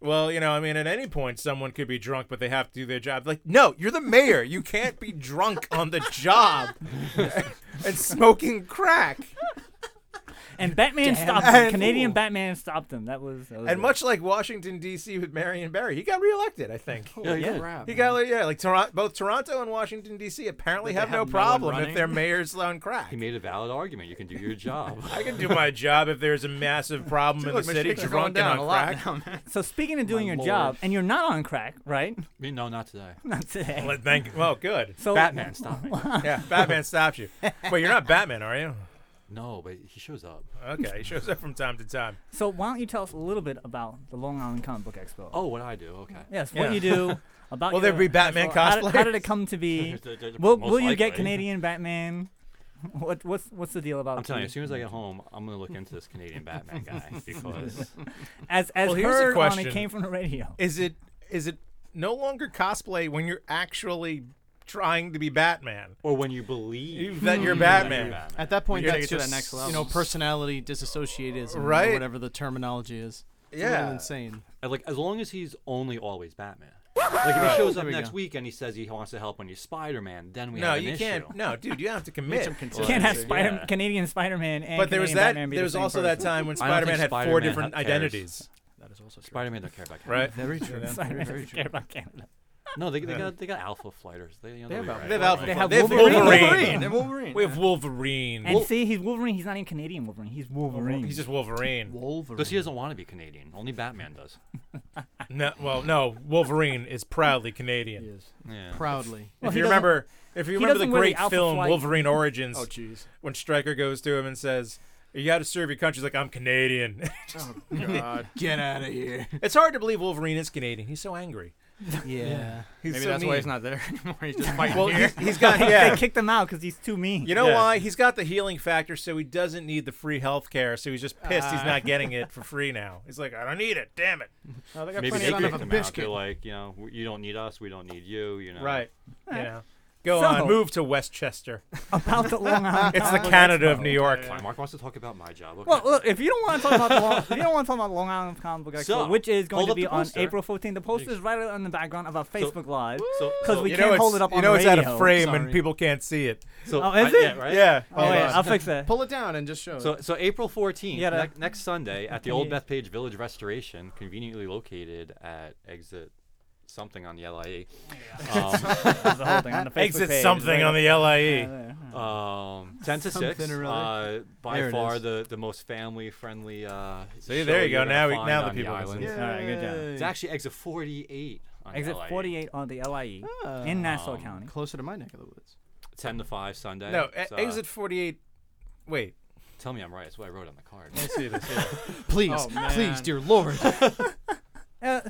B: well, you know, I mean, at any point, someone could be drunk, but they have to do their job. Like, no, you're the mayor. You can't be drunk on the job and smoking crack.
A: And Batman
B: Damn
A: stopped
B: that
A: him. Canadian
B: fool.
A: Batman stopped him. That was. That was
B: And
A: it.
B: much like Washington D.C. with Marion Barry, he got reelected. I think.
A: Holy Yeah, he did. crap,
B: He got like, yeah, like Toronto, both Toronto and Washington D.C. apparently
D: That
B: have
D: they
B: no
D: have no one
B: problem if
D: running.
B: their mayor's on crack.
D: He made a valid argument. You can do your job.
B: I can do my job if there's a massive problem in
D: Look,
B: the
D: my
B: city
D: shakes are
B: drunk
D: going down
B: and
D: a
B: on
D: lot
B: crack.
D: now,
A: So speaking of doing
D: My
A: your
D: lord.
A: job, and you're not on crack, right?
D: Me- No, not today.
A: Not today.
B: Well, thank. Well, good.
A: So-
D: Batman stopped me.
B: yeah, Batman stopped you. Wait, you're not Batman, are you?
D: No, but he shows up.
B: Okay, he shows up from time to time.
A: So why don't you tell us a little bit about the Long Island Comic Book Expo?
D: Oh, what I do? Okay.
A: Yes, what
D: Yeah.
A: you do. About
D: Will
A: your-
D: there be Batman
A: how did- How did it
D: cosplayers?
A: come to be?
D: They're- they're
A: will
D: most
A: will you get
D: likely.
A: Canadian Batman? What what's what's the deal about?
D: I'm telling you, as
A: the-
D: soon as I get home, I'm gonna look into this Canadian Batman guy because
A: As as
B: well, here's a
A: heard on
B: question.
A: it came from the radio.
B: Is it is it no longer cosplay when you're actually trying to be Batman,
D: or when you believe
B: that you're
C: Hmm.
B: Batman?
C: At that point,
B: You're gonna
C: that's
B: get
C: just you know personality disassociatism,
B: Right.
C: Or whatever the terminology is. It's a little
D: Yeah.
C: insane.
D: And, like as long as he's only always Batman. Like if he shows
C: There
D: up
C: we
D: next
C: go.
D: week and he says he wants to help when he's Spider-Man, then we
B: No,
D: have an
B: you
D: issue.
B: can't- no, dude, you have to commit. some
A: You can't have Spider Canadian Spider-Man and
B: But there was
A: Canadian
B: that-
A: Batman be
B: there
A: the
B: was
A: same
B: also that
A: person.
B: time when
D: I don't
B: Spider-Man
D: think
B: had four
D: Spider-Man
B: different
D: cares.
B: identities.
D: That is also true. Spider-Man don't care about Canada.
B: Right.
C: Very true.
D: Yeah.
A: Spider-Man Very doesn't true. care about Canada.
D: No, they, they
A: Yeah.
D: got they got alpha flighters. They, you know,
A: They
D: they'll
A: have
D: be
A: alpha
D: right.
A: They have alpha They have flighters.
B: Wolverine.
A: Wolverine.
B: They have Wolverine. We have Wolverine.
A: And
B: Wol-
A: see, he's Wolverine. He's not even Canadian Wolverine. He's Wolverine.
B: He's just Wolverine.
D: Because he doesn't want to be Canadian. Only Batman does.
B: No, well, no. Wolverine is proudly Canadian. He is.
D: Yeah.
C: Proudly.
A: Well,
B: if
A: he doesn't-
B: you remember, if you
A: he
B: remember the
A: doesn't wear the
B: great
A: Alpha
B: film
A: Flight.
B: Wolverine Origins,
A: Oh, jeez.
B: when Stryker goes to him and says, "You got to serve your country," he's like, "I'm Canadian."
C: Oh, God. Get outta here.
B: It's hard to believe Wolverine is Canadian. He's so angry.
C: Yeah.
B: He's
C: Maybe
B: so
C: that's why he's
B: mean.
C: not there anymore. He's just fighting
B: well,
C: here.
B: he's- he's got
A: They
B: yeah.
A: kicked him out 'cause he's too mean.
B: You know
A: Yeah.
B: why? He's got the healing factor, so he doesn't need the free health care. So he's just pissed he's
A: Ah.
B: not getting it for free now. He's like, I don't need it. Damn it.
D: Maybe they kicked him out. They're like, you know, "W- you don't need us. We don't need you. You know.
B: Right.
D: Right.
B: You
A: Eh.
B: know. Go
D: So-
B: on. Move to Westchester.
A: About the Long Island
B: It's the
A: Comic
B: Canada of
A: Expo.
B: New York.
D: Fine, Mark wants to talk about my job. Okay.
A: Well, look, if you don't want to talk about the Long, if you don't want to talk about Long Island Comic Book Expo,
D: So,
A: which is going
D: hold
A: to
D: up
A: be
D: the
A: on
D: poster.
A: April 14th, the poster is right on the background of our Facebook Live
D: so-
A: because
D: so-
A: we
D: You
A: can't
D: know
A: hold
D: it's-
A: it up
D: you
A: on
B: know
A: the
B: it's
A: radio.
B: out of frame and people can't see it.
D: So-
A: oh, is
D: I-
A: it?
D: yeah, right?
B: Yeah.
A: Oh,
D: Hold
A: wait,
D: on.
A: I'll fix that.
C: Pull it down and just show
D: So,
C: it.
D: so April 14th,
C: Yeah,
D: ne-
C: that-
D: next Sunday at the Old
C: Okay.
D: Bethpage Village Restoration, conveniently located at exit something on the E. LIE.
A: There's a whole thing on the Facebook
B: Exit page, something right on up- the E. LIE.
A: Yeah,
D: Um, 10 to 6.
B: Something or
D: Uh,
B: other. There
D: by
B: it
D: far
B: is.
D: the, the most family friendly. Uh,
B: See,
D: show
B: there you
D: you're
B: go.
D: gonna
B: Now we-
D: find
B: now the
D: on
B: people
D: the
B: can
D: island.
B: see it. All right, good job.
D: It's actually exit 48 on
A: Exit
D: LIE.
A: 48 on the LIE in Nassau
D: Um,
A: County.
C: Closer to my neck of the woods.
D: 10 to 5 Sunday.
B: No,
D: It's,
B: e-
D: uh,
B: exit 48. Wait.
D: Tell me I'm right. That's what I wrote on the card.
B: Let me see this.
C: Please, please, dear Lord.
A: Uh,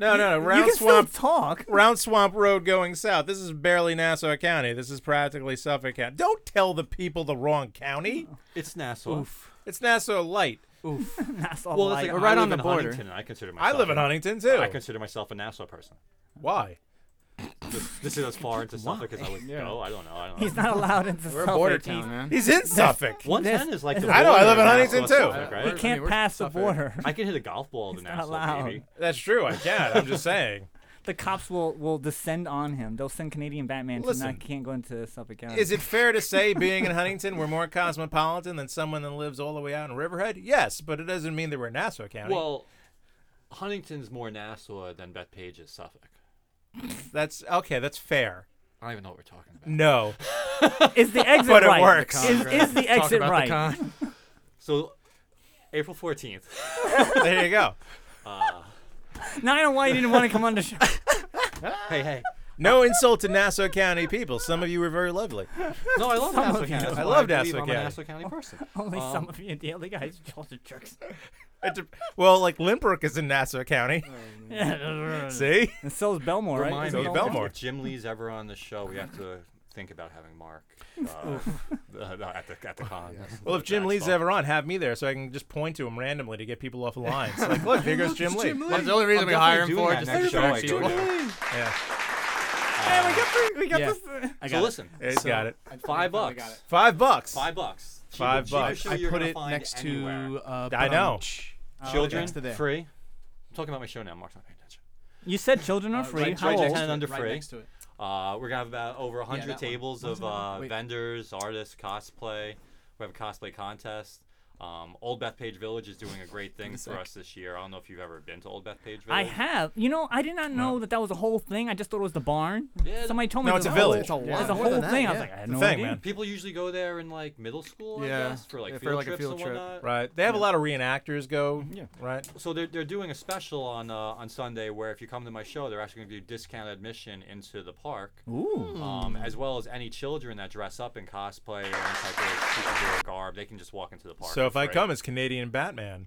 B: No, no, no.
A: you
B: Round
A: can still
B: Swamp
A: talk.
B: Round Swamp Road going south. This is barely Nassau County. This is practically Suffolk County. Don't tell the people the wrong county.
D: It's Nassau. Oof.
B: It's Nassau Light.
D: Oof.
A: Nassau E.
D: Well, it's
A: Light.
D: like, I live in Huntington, and I consider
B: I
D: myself.
B: live in
D: a-
B: Huntington, too.
D: I consider myself a Nassau person.
B: Why?
D: This, this is as far into Suffolk as I would go. I don't know. I don't know.
A: He's not allowed into
C: We're a
A: Suffolk.
C: border
A: He's-
C: town, man.
B: He's in Suffolk.
D: One ten is like the
B: I know. I
D: border
B: live in
D: of
B: Huntington
D: Nassau and
B: too.
D: Suffolk,
B: He
D: right?
A: He can't pass the border.
D: I can hit a golf ball to
A: not
D: Nassau.
A: allowed.
D: Baby.
B: That's true. I can. I'm just saying.
A: The cops will, will descend on him. They'll send Canadian Batman to
B: Listen.
A: not can't go into Suffolk County.
B: Is it fair to say being in Huntington we're more cosmopolitan than someone that lives all the way out in Riverhead? Yes, but it doesn't mean that we're in Nassau County.
D: Well, Huntington's more Nassau than Bethpage is Suffolk.
B: that's okay. That's fair.
D: I don't even know what we're talking about.
B: No.
A: Is the exit
B: but
A: right?
B: it works.
A: Is- is the Talk exit about the right? con.
D: so, April fourteenth.
B: there you go.
D: Uh,
A: now I know why you didn't want to come on the show.
D: hey, hey.
B: No insult to Nassau County people. Some of you were very lovely.
D: No, I love
B: Some
D: Nassau
B: of you.
D: County. That's
B: I
D: why
B: love
D: believe
B: Nassau
D: I'm a
B: County.
D: Nassau County person.
A: Only
D: Um,
A: some of you, the other guys, are all the jerks.
B: It dep- well, like Limbrook is in Nassau County.
C: Mm.
A: man.
B: See?
A: And so is Belmore, right?
D: Remind
B: So
D: me,
B: is
D: if-
B: Belmore.
D: If Jim Lee's ever on the show, we have to think about having Mark uh, uh, at the at the con.
B: Well, if Jim Lee's ever on, have me there so I can just point to him randomly to get people off the line. It's like, look, here goes Jim Lee.
C: That's the only reason we hire him for. Just
D: next
C: to
D: show
C: attract
D: I
C: people.
D: go to.
B: Yeah.
A: Hey, we got, the- we got
C: Yeah.
A: this.
C: I
D: so
C: got it.
D: listen,
B: It's
C: So-
B: got it.
C: I
D: five
C: finally
D: bucks.
C: got it.
B: Five bucks.
D: Five bucks. Cheapest-
B: Five
D: cheapest
B: bucks.
D: show
C: I
D: you're
C: put
D: gonna
C: it
D: find
C: next
D: anywhere.
C: to. Uh,
B: I know.
C: Brunch.
D: Children
C: next to there.
D: free. I'm talking about my show now. Mark's not paying attention.
A: You said children are free.
D: Uh, right,
A: How
D: right
A: old?
D: next to it, under
C: right
D: free.
C: next to it.
D: Uh, we're gonna have about over hundred
C: that one.
D: tables
C: What was
D: of
C: the other one?
D: uh,
C: Wait.
D: vendors, artists, cosplay. We have a cosplay contest. Um, Old Bethpage Village is doing a great thing for us this year. I don't know if you've ever been to Old Bethpage Village.
A: I have. You know, I did not know that that was a whole thing. I just thought it was the barn.
D: Yeah,
A: Somebody told me
B: No,
A: it was
B: it's a
A: whole-
B: village.
A: It's a,
C: lot more
A: whole
C: than that,
A: thing. I was
C: yeah.
A: like, I had
B: The
A: no
B: thing,
A: idea.
B: man.
D: People usually go there in like middle school, I
C: Yeah.
D: guess, for like
C: Yeah, for,
D: field
C: like, a
D: trips
C: field
D: and
C: trip.
D: whatnot.
B: Right. They have a lot of reenactors go. Yeah. Right.
D: So they're, they're doing a special on uh, on Sunday where if you come to my show, they're actually going to do discount admission into the park,
A: Ooh.
D: um, as well as any children that dress up in cosplay or any type of superhero garb, they can just walk into the park.
B: So if
D: for
B: I
D: free.
B: come as Canadian Batman,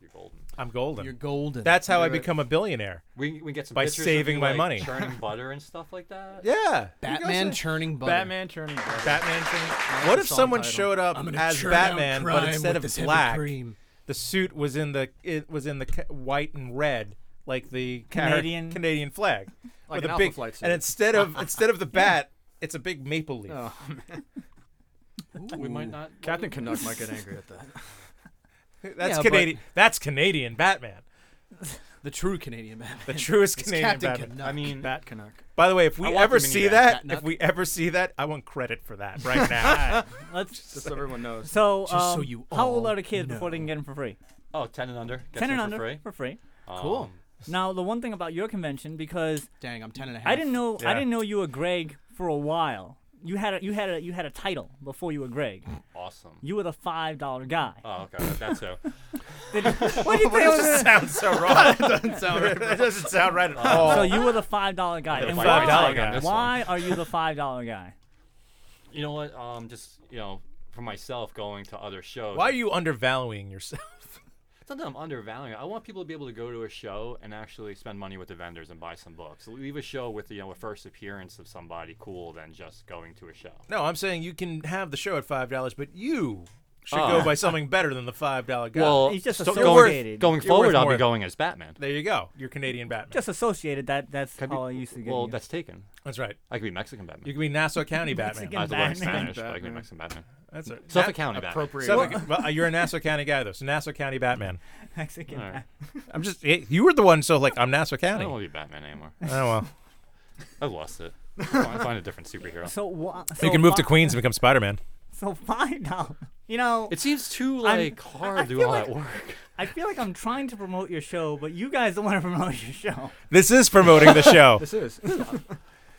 D: you're golden.
B: I'm golden.
C: You're golden.
B: That's how I
C: You're a
B: become a billionaire.
D: We, can- we can get some
B: By
D: pictures of
B: saving
D: you,
B: my
D: like,
B: money.
D: churning butter and stuff like that.
B: Yeah.
C: Batman churning butter.
M: Batman churning. butter.
B: Batman. thing.
C: that's
B: What
C: the
B: if
C: song
B: someone
C: title.
B: showed up
C: I'm gonna
B: as
C: churn out
B: Batman,
C: crime
B: but instead
C: with
B: of
C: this heavy
B: black,
C: cream.
B: the suit was in the it was in the ca- white and red, like the car-
A: Canadian-
B: Canadian flag,
M: Like
B: with
M: an
B: a
M: Alpha
B: big
M: Flight suit.
B: and instead of instead of the bat, it's a big maple leaf.
D: We might not.
M: Captain Canuck might get angry at that.
B: That's
C: Yeah, but-
B: Canadian. That's Canadian Batman,
C: The true Canadian Batman.
B: the truest
C: It's
B: Canadian
C: Captain
B: Batman.
C: Canuck.
D: I mean,
M: Bat Canuck.
B: By the way, if
D: I
B: we
D: want
B: ever
D: the mini
B: see
D: bat.
B: that,
C: Bat
B: if we ever see that, I want credit for that right now.
A: Alright, Let's.
M: Just so everyone knows.
A: So,
C: Just so
A: um,
C: you
A: how old
C: all
A: are the kids before they can get them for free?
D: Oh, 10 and under. Gets
A: Ten and
D: in for
A: under
D: Free.
A: for free.
C: Cool.
D: Um,
A: Now, the one thing about your convention, because
C: Dang, I'm 10 and a half.
A: I didn't know, I
B: Yeah.
A: didn't know you were Greg for a while. You had a, you had a, you had a title before you were Greg.
D: awesome.
A: You were the five dollar guy.
D: Oh, okay. That's so.
A: what do you think? I was
B: It
A: gonna-
B: sounds so wrong. it doesn't sound right at all.
A: So you were the five dollar guy.
D: The
A: And
D: $5
A: why,
D: guy.
A: why are you the five dollar guy?
D: You know what? Um, just, you know, for myself going to other shows.
B: Why are you undervaluing yourself?
D: It's not that I'm undervaluing. it. I want people to be able to go to a show and actually spend money with the vendors and buy some books. Leave a show with you know a first appearance of somebody cool than just going to a show.
B: No, I'm saying you can have the show at five dollars, but you should go by something better than the five dollar guy.
A: He's just
D: so
A: associated.
D: going, going
B: You're worth
D: forward, I'll
B: more.
D: be going as Batman. Oh,
B: there you go. You're Canadian Batman.
A: Just associated. That that's
D: Could be-
A: how I used to get.
D: Well,
A: you.
D: that's taken.
B: That's right.
D: I could be Mexican Batman.
B: You can be Nassau County Batman.
D: I have to learn
A: Batman.
D: Spanish, but I could be
M: Batman.
D: Mexican Batman.
B: That's right.
D: Suffolk County Batman.
M: Appropriate.
B: Suffolk- well, you're a Nassau County guy though, so Nassau County Batman.
A: Mexican.
D: All right.
B: I'm just eh, you were the one, so like I'm Nassau
D: I
B: County.
D: don't
B: Oh
D: want to be Batman anymore.
B: well,
D: I lost it. Find find a different superhero.
A: So, wha- so
B: you can move to
A: fi-
B: Queens and become Spider Man.
A: So five dollars. You know,
D: It seems too
A: I'm-
D: like
A: I- I
D: hard to do
A: feel
D: all
A: like-
D: that work.
A: I feel like I'm trying to promote your show, but you guys don't want to promote your show.
B: This is promoting the show
M: This is.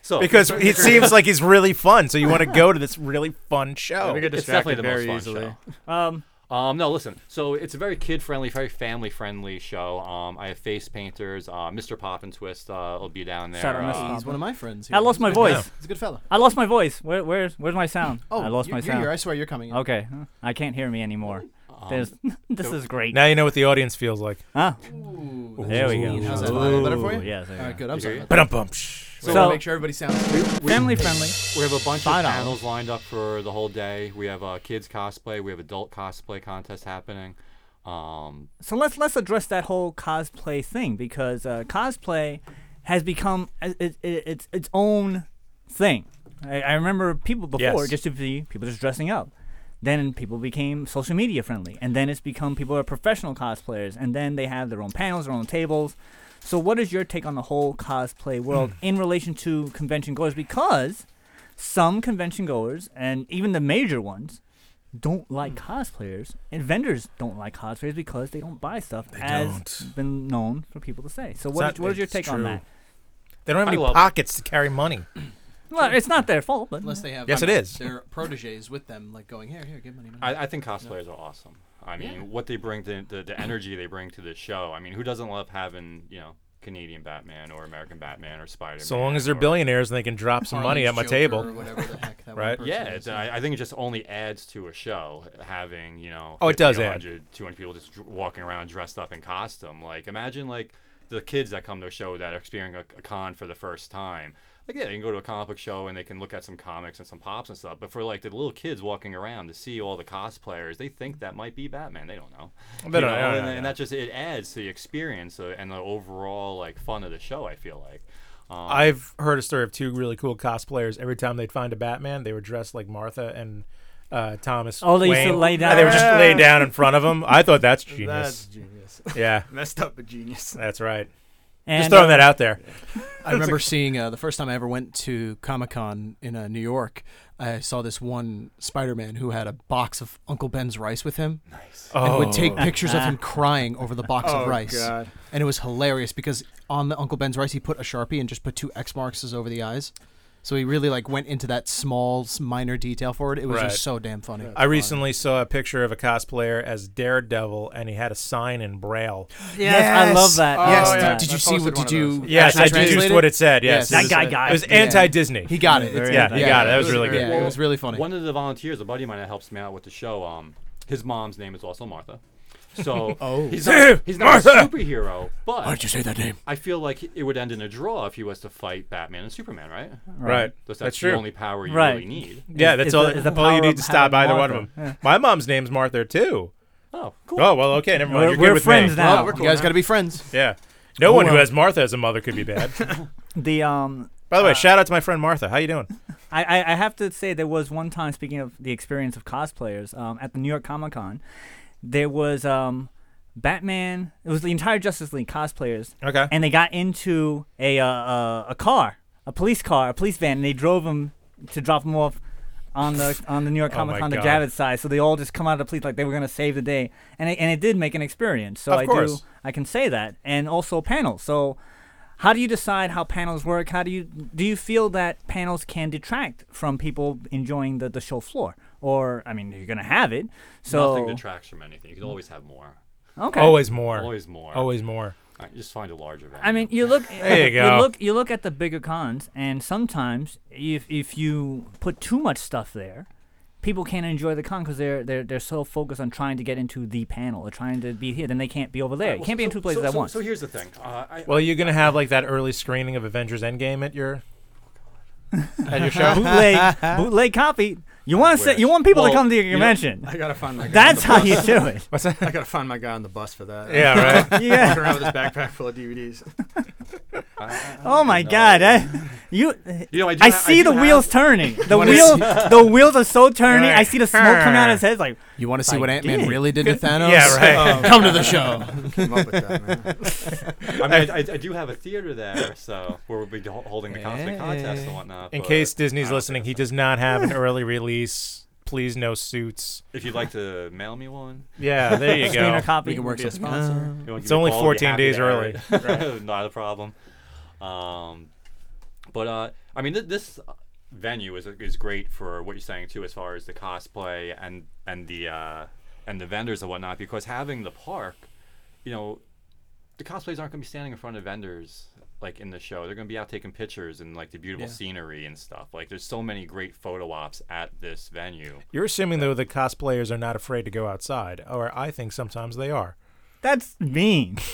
D: So
B: because it seems like he's really fun, so you want to go to this really fun show.
M: we get
D: it's definitely
M: distracted
D: the
M: very
D: most fun
M: easily.
D: show.
A: Um,
D: Um, no, listen. So it's a very kid-friendly, very family-friendly show. Um, I have face painters. Uh, Mr. Pop and Twist uh, will be down there.
A: Shout out
D: uh,
A: Mr.
C: He's one of my friends. Here.
A: I lost my
C: He's a good
A: voice.
C: fella. He's a good fella.
A: I lost my voice. Where, where's where's my sound? I lost
C: Oh, you-
A: my
C: you're
A: sound.
C: Here. Oh. I swear you're coming. In.
A: Okay, huh. I can't hear me anymore. There's, this is great.
B: Now you know what the audience feels like.
A: Huh?
C: Ooh,
A: There we go.
C: that's- How's that? A little better for you?
A: Ooh, Yes. there
C: All
A: you
C: right,
A: go.
C: good. I'm sorry. About that.
B: Ba-dum-bum.
C: So,
A: So-
C: make sure everybody sounds.
A: Family friendly.
D: We have a bunch
A: Five
D: of
A: dollars.
D: panels lined up for the whole day. We have uh, kids cosplay. We have adult cosplay contest happening. Um,
A: So let's let's address that whole cosplay thing because uh, cosplay has become it, it, it's its own thing. I, I remember people before
B: Yes.
A: just to be people just dressing up. Then people became social media friendly, and then it's become people are professional cosplayers, and then they have their own panels, their own tables. So what is your take on the whole cosplay world in relation to convention goers? Because some convention goers and even the major ones don't like
B: Hmm.
A: cosplayers and vendors don't like cosplayers because they don't buy stuff as
B: don't.
A: been known for people to say. So
B: not-
A: what is, what is your
B: it's
A: take on
B: true.
A: that?
B: They don't have
D: I
B: any
D: love it.
B: pockets to carry money.
A: Well, it's not their fault, but
C: Unless they have.
B: Yes,
C: I
B: it
C: mean,
B: is.
C: Their proteges with them, like going here, here, give money. money.
D: I, I think cosplayers are awesome. I mean, what they bring, the, the the energy they bring to the show. I mean, who doesn't love having you know Canadian Batman or American Batman or Spider Man.
B: So long as they're billionaires and they can drop some money
D: Harlem's
B: at my
D: Joker
B: table,
D: or whatever the heck
C: that
B: right?
D: Yeah, it's, I, I think it just only adds to a show having you know.
B: Oh, it does
D: 50,
B: add.
D: 100, 200 people just dr- walking around dressed up in costume. Like imagine like the kids that come to a show that are experiencing a, a con for the first time. Like yeah, they can go to a comic book show and they can look at some comics and some pops and stuff. But for like the little kids walking around to see all the cosplayers, they think that might be Batman. They don't know.
B: They
D: You
B: don't
D: know,
B: know,
D: and,
B: yeah,
D: and that just it adds to the experience uh, and the overall like fun of the show. I feel like. Um,
B: I've heard a story of two really cool cosplayers. Every time they'd find a Batman, they were dressed like Martha and uh, Thomas.
A: Oh, they used to
B: Wayne,
A: lay
B: And they were just
A: down.
B: laying down in front of him. I thought that's
A: That's
B: genius.
M: genius.
B: Yeah.
M: Messed up, but genius.
B: That's right.
M: And,
B: just throwing
M: uh,
B: that out there.
C: I remember seeing uh, the first time I ever went to Comic Con in uh, New York. I saw this one Spider-Man who had a box of Uncle Ben's rice with him, nice. and would take
M: Oh.
C: pictures of him crying over the box
M: Oh,
C: of rice.
M: God.
C: And it was hilarious because on the Uncle Ben's rice, he put a sharpie and just put two X marks over the eyes. So he really like went into that small, s- minor detail for it. It was
B: Right.
C: just so damn funny.
B: I recently saw a picture of a cosplayer as Daredevil, and he had a sign in Braille.
A: Yes, I love that. I
C: Yes.
A: love
C: Did-
A: that.
C: Did
A: I
C: you see
A: posted
C: what?
A: one
C: Did
A: of
C: you?
A: those.
B: Yes,
C: actually
B: I deduced
C: translate
B: what it said, yes. That
C: it
B: guy
C: was-
B: got it. It was anti-Disney.
C: He got it.
B: Very
C: It's-
B: anti- he got it. That was really good.
C: Yeah, it was really funny.
D: One of the volunteers, a buddy of mine that helps me out with the show, um, his mom's name is also Martha. So
C: Oh.
D: he's not, he's not a
C: Martha!
D: superhero, but
C: Why'd you say that name?
D: I feel like it would end in a draw if he was to fight Batman and Superman, right?
B: Right. That's
D: That's, that's
B: true.
D: the only power you
A: Right.
D: really need.
B: Yeah, that's all. all you need to stop
A: having
B: either one of
A: Martha.
B: them. My mom's name's Martha too.
D: Oh, cool.
B: Oh well, okay, never mind.
A: We're-
B: You're
A: we're
B: good with
A: friends
B: me.
A: now. Well, we're
C: You cool guys now. gotta be friends.
B: Yeah. No
A: Oh,
B: one who
A: well.
B: has Martha as a mother could be bad.
A: The um.
B: By the way,
A: uh,
B: shout out to my friend Martha. How you doing?
A: I, I, I have to say there was one time speaking of the experience of cosplayers um, at the New York Comic Con, there was um, Batman. It was the entire Justice League cosplayers.
B: Okay.
A: And they got into a uh, uh, a car, a police car, a police van, and they drove them to drop them off on the on the New York
B: Oh
A: Comic
B: my
A: Con, the
B: God.
A: Javits side. So they all just come out of the police like they were gonna save the day, and it, and it did make an experience. So
B: Of
A: I
B: course.
A: do I can say that, and also panels. So. How do you decide how panels work? How do you do you feel that panels can detract from people enjoying the, the show floor? Or I mean, you're gonna have it. So
D: Nothing detracts from anything. You can always have more.
A: Okay.
B: Always more.
D: Always more.
B: Always more.
D: I just find a larger venue.
A: I mean, you look.
B: There you go.
A: look. You look at the bigger cons, and sometimes if if you put too much stuff there, people can't enjoy the con because they're they're they're so focused on trying to get into the panel or trying to be here, then they can't be over there. You can't be in two places
D: so,
A: at
D: so,
A: once.
D: So here's the thing. Uh, I,
B: Well, you're gonna have like that early screening of Avengers Endgame at your at your show.
A: bootleg bootleg copy. You want to say, you want people to come to your convention.
M: I gotta find my. Guy
A: That's
M: on the
A: how you
M: bus.
A: do it.
B: What's that?
M: I gotta find my guy on the bus for that.
B: Yeah, right.
A: Yeah.
M: Walking around with his backpack full of DVDs.
A: Oh my God! I, you,
D: You know, I
A: I,
D: do ha- I
A: see
D: do
A: the
D: have-
A: wheels turning. The
D: What is-
A: wheels, the wheels are so turning. I see the smoke coming out of his head. Like
C: You want to see
A: I
C: what Ant Man
A: did.
C: really did to Thanos?
B: Yeah, right.
C: Come to the show.
M: Came up with that, man.
D: I, mean, I, I, I do have a theater there, so where we'll be ho- holding the constant contest and whatnot.
B: In
D: but
B: case
D: I
B: Disney's
D: don't
B: listening, he does not have an early release. Please, no suits.
D: If you'd like to mail me one.
B: Yeah, there you
A: Screener
B: go.
A: copy.
C: We can work
M: Be a
C: something
M: sponsor.
C: out.
D: You wanna
B: It's
D: give me a
B: only
D: call, I'd be
B: 14
D: happy
B: days
D: to air it.
B: early.
D: Not a problem. Um, but uh, I mean, th- this venue is is great for what you're saying too, as far as the cosplay and and the uh, and the vendors and whatnot, because having the park, you know, the cosplays aren't going to be standing in front of vendors like in the show. They're going to be out taking pictures and like the beautiful scenery and stuff. Like, there's so many great photo ops at this venue.
B: You're assuming though the cosplayers are not afraid to go outside, or I think sometimes they are.
A: that's mean.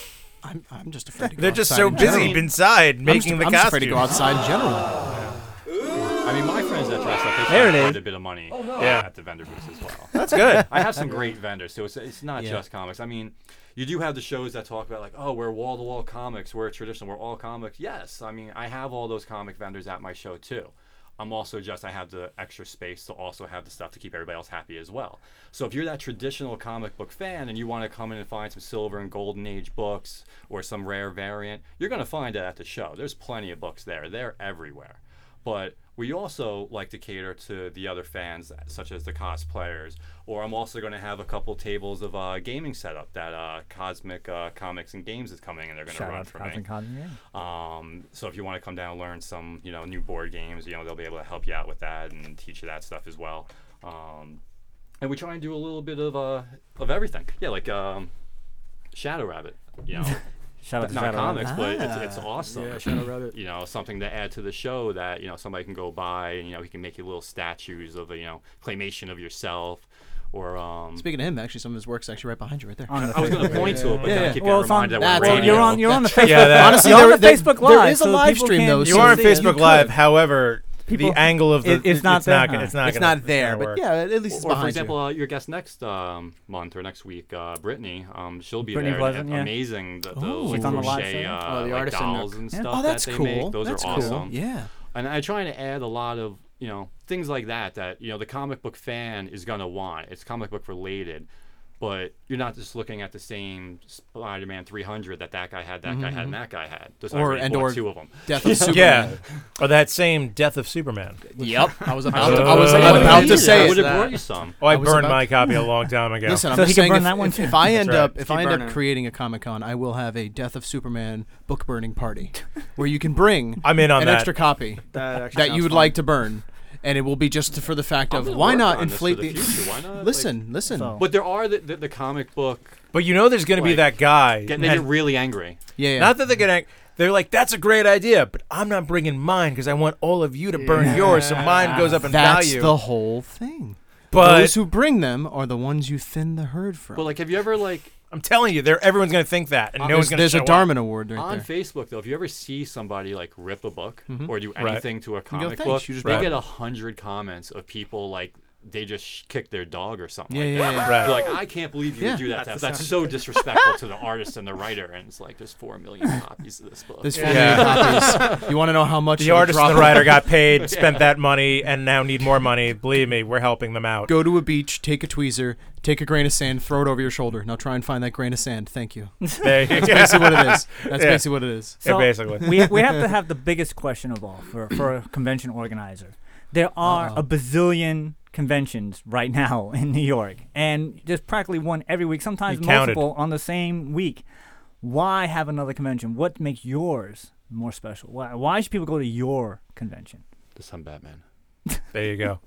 C: I'm, I'm just afraid. To go
B: They're just
C: outside
B: so
C: in
B: busy
C: general.
B: inside
C: I'm just-
B: making the costume.
C: I'm just afraid to go outside in general.
D: I mean, my friends that dress up, they
A: There
D: spend
A: it
D: quite
A: is.
D: a bit of money uh,
B: Yeah.
D: at the vendor booths as well.
B: That's good.
D: I have some great vendors, so it's, it's not
C: Yeah.
D: just comics. I mean, you do have the shows that talk about like, oh, we're wall to wall comics, we're traditional, we're all comics. Yes, I mean, I have all those comic vendors at my show too. I'm also just I have the extra space to also have the stuff to keep everybody else happy as well. So if you're that traditional comic book fan and you want to come in and find some silver and golden age books or some rare variant, you're going to find it at the show. There's plenty of books there. They're everywhere but we also like to cater to the other fans, such as the cosplayers. Or I'm also going to have a couple tables of uh, gaming setup that uh, Cosmic uh, Comics and Games is coming, and they're going to
A: Shout
D: run
A: out to
D: for
A: Cosmic
D: me.
A: Con, yeah.
D: Um, so if you want to come down and learn some, you know, new board games, you know, they'll be able to help you out with that and teach you that stuff as well. Um, and we try and do a little bit of uh, of everything. Yeah, like um, Shadow Rabbit. You know,
A: Shout out to
D: not
A: Shadow
D: comics,
A: Reddit.
D: but
A: Ah.
D: it's, it's awesome.
A: Yeah, shout out Reddit.
D: You know, something to add to the show that you know somebody can go by. And, you know, he can make you little statues of you know claymation of yourself, or um.
C: Speaking of him, actually, some of his work's actually right behind you, right there.
D: I was going to point to it, but then I keep
C: Well, it's on-
D: getting reminded
C: that's
D: that we're
C: on
D: radio.
C: video.
A: Honestly,
C: You're
A: there-
C: on the
A: there-
C: Facebook
A: there
C: Live,
A: is a
C: so
A: live
C: people
A: stream,
C: can-
A: though,
B: You are on
A: So yeah,
B: Facebook
A: you
B: Live.
A: could.
B: However,
A: People-
B: the angle of the
A: it- it's not
B: it's not
A: there,
B: gonna-
A: huh?
B: it's not
C: It's
B: gonna-
C: not there,
B: gonna
C: but
B: work.
C: yeah, at least it's
D: or,
C: behind
D: for
C: you.
D: example, uh, your guest next um, month or next week, uh, Brittany, um, she'll be
A: Brittany
D: there.
A: Pleasant,
D: and
A: yeah.
D: amazing the, the
A: Ooh.
D: little
A: She's on the live
D: crochet,
A: show.
D: uh,
A: Oh, the
D: like
A: artisan
D: dolls
A: nook.
D: and
A: Yeah.
D: stuff
A: Oh, that's
D: that they
A: cool.
D: make. Those
A: That's
D: are
A: cool.
D: awesome.
A: Yeah.
D: And I try to add a lot of you know things like that that you know the comic book fan is gonna want. It's comic book related. But you're not just looking at the same Spider-Man 300 that that guy had, that guy had, and
C: Mhm.
D: that guy had. Just
C: Or-
D: I already
C: and
D: bought
C: or
D: two of them.
C: Death of Superman.
B: Yeah, or that same Death of Superman.
C: Yep, I was
D: Uh,
C: about to- I was about to say it. I would've brought you some.
B: Oh, I,
C: I was
B: burned
C: about-
B: my copy a long time ago.
C: Listen, I'm just saying if, if, if I
B: That's
C: end
B: right.
C: up if
B: Keep
C: I end
B: burning.
C: up creating a Comic Con, I will have a Death of Superman book burning party where you can bring
B: I'm in on
C: an
B: that.
C: extra copy
B: That
C: that,
B: actually
C: you
B: sounds
C: would
B: fun.
C: like to burn. And it will be just for the fact
D: I'm
C: of
D: gonna
C: why
D: work
C: not
D: on this for
C: inflate
D: the future. Why not, like-
C: listen, listen.
D: But there are the, the, the comic book.
B: But you know, there's going to be
D: like,
B: that guy.
D: Get, they
B: that-
D: get really angry.
B: Not that they get angry. They're like, that's a great idea, but I'm not bringing mine because I want all of you to burn yours, so mine goes up in
C: That's
B: value.
C: the whole thing.
B: But-
C: those who bring them are the ones you thin the herd from.
D: But like, have you ever like?
B: I'm telling you, they're, everyone's going to think that, and
D: Uh,
B: no one's going to
C: there's a
B: show up.
C: Darwin Award right
D: on
C: there.
D: Facebook though, if you ever see somebody like rip a book
C: Mhm.
D: or do
C: Right.
D: anything to
C: You
D: a
C: go,
D: comic
C: "Thanks,
D: book,
C: you just
D: they
C: brought
D: get
C: it."
D: a hundred comments of people like they just sh- kicked their dog or something.
C: Yeah,
D: like
C: yeah,
D: that.
C: yeah.
D: They're
C: Right.
D: Like I can't believe you
C: Yeah.
D: would do that. to
C: That's
D: us.
C: the
D: That's so
C: sound.
D: disrespectful to the artist and the writer. And it's like there's four million copies of this book.
C: There's four million copies. You want to know how much
B: The
C: it'll
B: artist
C: drop
B: and the writer
C: off?
B: got paid, spent
C: Yeah.
B: that money, and now need more money. Believe me, we're helping them out.
C: Go to a beach, take a tweezer, take a grain of sand, throw it over your shoulder. Now try and find that grain of sand. Thank you.
B: There you
C: That's
B: go.
C: basically what it is. That's
B: Yeah.
C: basically what it is.
B: Yeah, basically.
A: we, we have to have the biggest question of all for, for a convention organizer. There are a bazillion conventions right now in New York, and there's practically one every week, sometimes
B: You counted.
A: multiple on the same week. Why have another convention? What makes yours more special? Why, why should people go to your convention?
D: The Sun Batman.
B: There you go.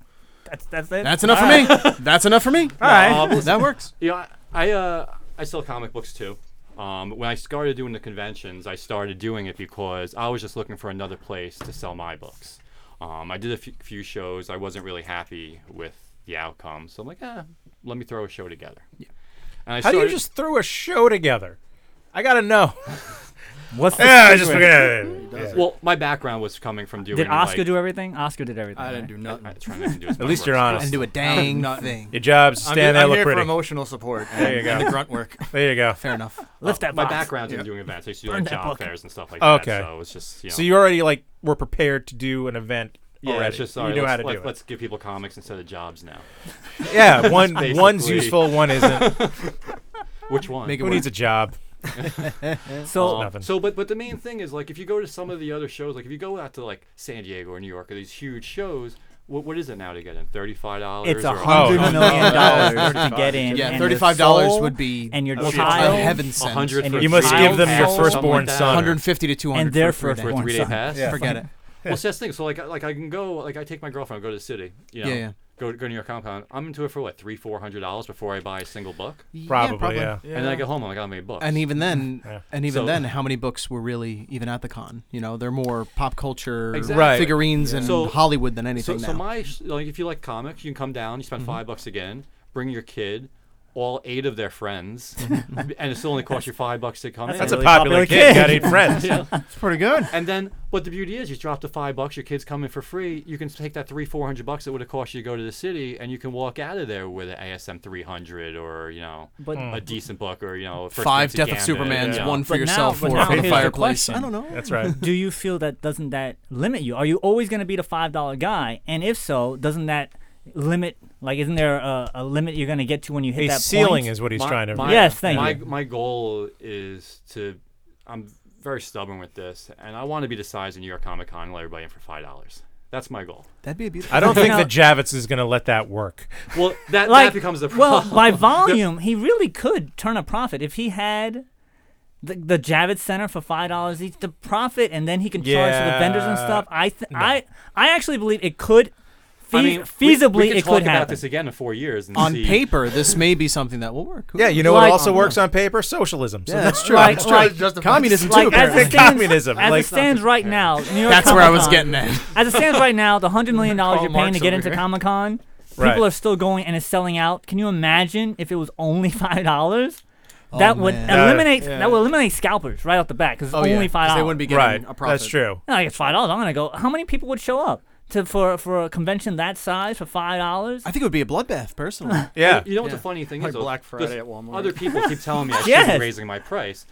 A: That's that's it.
C: That's enough for me. That's enough for me.
A: All right,
D: Um, listen,
C: that works.
D: You know, I I, uh, I sell comic books too. Um, when I started doing the conventions, I started doing it because I was just looking for another place to sell my books. Um, I did a few, few shows. I wasn't really happy with the outcome, so I'm like, eh, let me throw a show together. Yeah. And I
B: How do you
D: started-
B: just throw a show together? I gotta know.
A: What's the
B: yeah? I just
A: secret?
B: forget. Yeah.
D: Well, my background was coming from doing.
A: Did Oscar
D: like,
A: do everything? Oscar did everything.
D: I didn't
A: right?
D: do nothing. I- I tried not to do as
B: At least
D: much
B: you're
D: work.
B: honest.
C: And do a dang thing.
B: Your job's
M: I'm
B: stand
M: here-
B: there,
M: I'm
B: look
M: here for
B: pretty.
M: emotional support
B: There you
M: and-
B: go.
M: and the grunt work.
B: There you go.
C: Fair enough.
A: Lift that
D: my
A: box.
D: background
M: Yeah.
D: in doing events. I used to do
A: Burn
D: like
A: that
D: job
A: book.
D: fairs and stuff like
B: okay.
D: that. So it's just you know.
B: So you already like were prepared to do an event
D: yeah,
B: already.
D: it's just sorry.
B: you know
D: let's,
B: how to do
D: let's,
B: it.
D: let's give people comics instead of jobs now.
B: Yeah,
D: That's
B: one one's
D: basically-
B: useful, one isn't.
D: Which one?
B: Who needs a job?
A: So-
D: Um,
B: Nothing.
D: so but but the main thing is like if you go to some of the other shows, like if you go out to like San Diego or New York or these huge shows, what what is it now to get in? Thirty five dollars.
A: It's a
D: hundred
A: hundred
B: Oh,
D: million
A: million dollars to get in.
C: Yeah,
A: and
C: thirty-five
A: your
C: dollars
A: soul
C: would be
A: and your
C: a
A: child.
C: heaven sent.
D: hundred
A: And
D: for
A: your
D: a three-day
A: child
B: give them your
D: pass or something
B: firstborn
D: like that.
B: son.
C: 150 to 200
A: And their
C: for a three-day.
D: for a
A: firstborn
D: three day
A: son.
D: pass.
C: Yeah. Forget it.
D: Well, see, that's the thing. So like I- like I can go like I take my girlfriend, I go to the city. You know,
C: Yeah, yeah.
D: Go, go to New York Comic Con. I'm into it for what three, four hundred dollars before I buy a single book.
B: Probably, probably. yeah.
D: And then
C: Yeah.
D: I get home. I'm like, I made books.
C: And even then,
D: Yeah.
C: and even
D: So-
C: then, how many books were really even at the con? You know, they're more pop culture
D: Exactly. Right.
C: figurines and
D: So-
C: Hollywood than anything
D: so,
C: now.
D: so my sh- like if you like comics, you can come down. You spend five bucks again. Bring your kid, all eight of their friends, and it still only costs you five bucks to come
B: That's
D: in.
B: That's a a really popular popular kid. kid. Got eight friends. That's
C: pretty good.
D: And then, but the beauty is, you drop the five bucks. Your kids come in for free. You can take that three, four hundred bucks it would have cost you to go to the city, and you can walk out of there with an ASM three hundred or you know
A: But-
D: a decent book or you know First
C: Five
D: Prince
C: Death of
D: Gambit,
C: Supermans,
D: you know.
C: one for
A: But
C: yourself,
A: now, but
C: four
A: now
C: for the
A: here's
C: fireplace.
A: question.
C: I don't know.
B: That's right.
A: Do you feel that doesn't that limit you? Are you always going to be the five dollar guy? And if so, doesn't that limit? Like, isn't there a, a limit you're going to get to when you hit
B: A
A: that
B: ceiling
A: point?
B: is what he's trying to-
D: My,
A: yes, thank
D: my,
A: you.
D: My goal is to. I'm very stubborn with this, and I want to be the size of New York Comic Con and let everybody in for five dollars. That's my goal.
C: That'd be a beautiful.
B: I don't think
A: Now-
B: that Javits is going to let that work.
D: Well, that
A: like
D: that becomes the
A: well
D: problem.
A: by volume, he really could turn a profit if he had. The, the Javits Center for five dollars each, the profit, and then he can charge for the vendors and
B: Yeah,
A: stuff. I th- I I actually believe it could
D: I mean, we-
A: feasibly
D: we could
A: it
D: talk
A: could
D: about
A: happen.
D: this again in four years and
C: on
D: see-
C: paper, this may be something that will work. Who
B: Yeah,
C: knows?
B: you know what
A: um,
B: also works on paper? Socialism. So
C: Yeah.
B: that's true.
C: Like-
B: It's true.
C: like-
B: Just-
C: Communism too,
B: Like,
A: as
B: apparently.
A: it stands,
B: Communism.
A: As
B: like,
A: it stands right now, New York
C: That's where I was
A: Comic-Con-
C: getting at.
A: As it stands right now, the hundred million dollars
C: Karl
A: you're paying
C: Marx
A: to get
C: over
A: into
C: here.
A: Comic Con,
C: Right.
A: people are still going and it's selling out. Can you imagine if it was only five dollars? That
C: Oh,
A: would
C: man.
B: Uh,
A: eliminate
B: yeah.
A: that would eliminate scalpers right off the bat because it's
C: Oh, yeah,
A: only
C: 'cause
A: five dollars.
C: they wouldn't be getting
B: Right.
C: a
B: That's
C: profit.
B: true.
A: No, it's five dollars. I'm gonna go. How many people would show up to for for a convention that size for five dollars?
C: I think it would be a bloodbath, personally.
D: You, you know what the funny thing
M: Like
D: is? though?
M: Black
D: There's
M: Friday at Walmart.
D: Other people keep telling me I should
A: Yes.
D: be raising my price,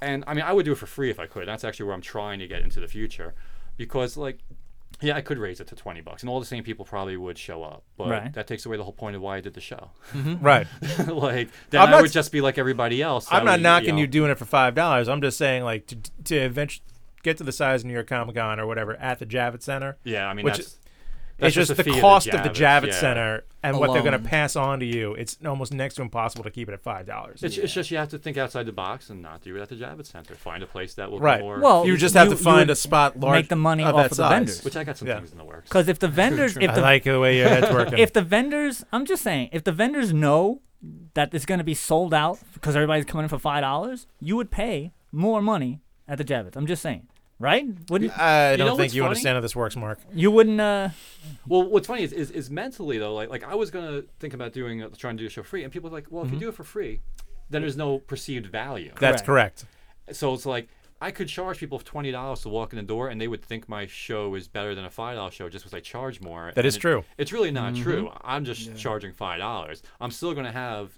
D: and I mean I would do it for free if I could. That's actually where I'm trying to get into the future, because like. Yeah, I could raise it to twenty bucks, and all the same people probably would show up. But
A: Right.
D: that takes away the whole point of why I did the show.
B: Right.
D: like then
B: I'm
D: I
B: not-
D: would just be like everybody else. I
B: I'm not
D: would,
B: knocking you,
D: know-
B: doing it for five dollars. I'm just saying, like, to to eventually get to the size of New York Comic Con or whatever at the Javits Center.
D: Yeah, I mean,
B: which
D: that's-
B: is-
D: that's
B: it's just,
D: just the fee
B: the
D: of the
B: cost of the
D: Javits,
B: Javits
D: yeah.
B: Center and what they're going
C: Alone.
B: to pass on to you. It's almost next to impossible to keep it at five dollars.
D: It's, it's just you have to think outside the box and not do it at the Javits Center. Find a place that will be
B: Right.
D: more.
A: Well,
B: You just have
A: you-
B: to
A: you
B: find
A: would
B: a spot large.
A: make the money
B: of
A: off
B: that
A: of the
B: size.
A: vendors.
D: which I got some
B: Yeah.
D: things in the works.
A: Because if the vendors, if
B: I
A: the,
B: like the way your head's working.
A: if the vendors, I'm just saying, if the vendors know that it's going to be sold out because everybody's coming in for five dollars, you would pay more money at the Javits. I'm just saying, right? Wouldn't
B: I
D: You
B: don't
D: know
B: think
D: what's
B: you
D: funny?
B: understand how this works, Mark.
A: you wouldn't? Uh,
D: Well, what's funny is, is, is mentally though, like like I was gonna think about doing uh, trying to do a show free, and people are like, well, if you
B: Mm-hmm.
D: do it for free, then there's no perceived value.
B: That's correct.
D: So it's like I could charge people twenty dollars to walk in the door, and they would think my show is better than a five dollar show just because I charge more.
B: That
D: That
B: is
D: is
B: true.
D: It's really not true. I'm just charging five dollars. I'm still gonna have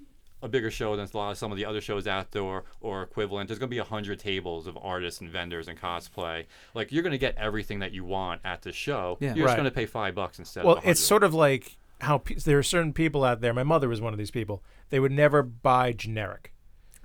D: a bigger show than a lot of some of the other shows out there or, or equivalent. There's gonna be a hundred tables of artists and vendors and cosplay. Like you're gonna get everything that you want at the show.
C: Yeah.
D: You're
B: Right.
D: just gonna pay five bucks instead. of
B: Well,
D: 100.
B: it's sort of like how pe- there are certain people out there. My mother was one of these people. They would never buy generic.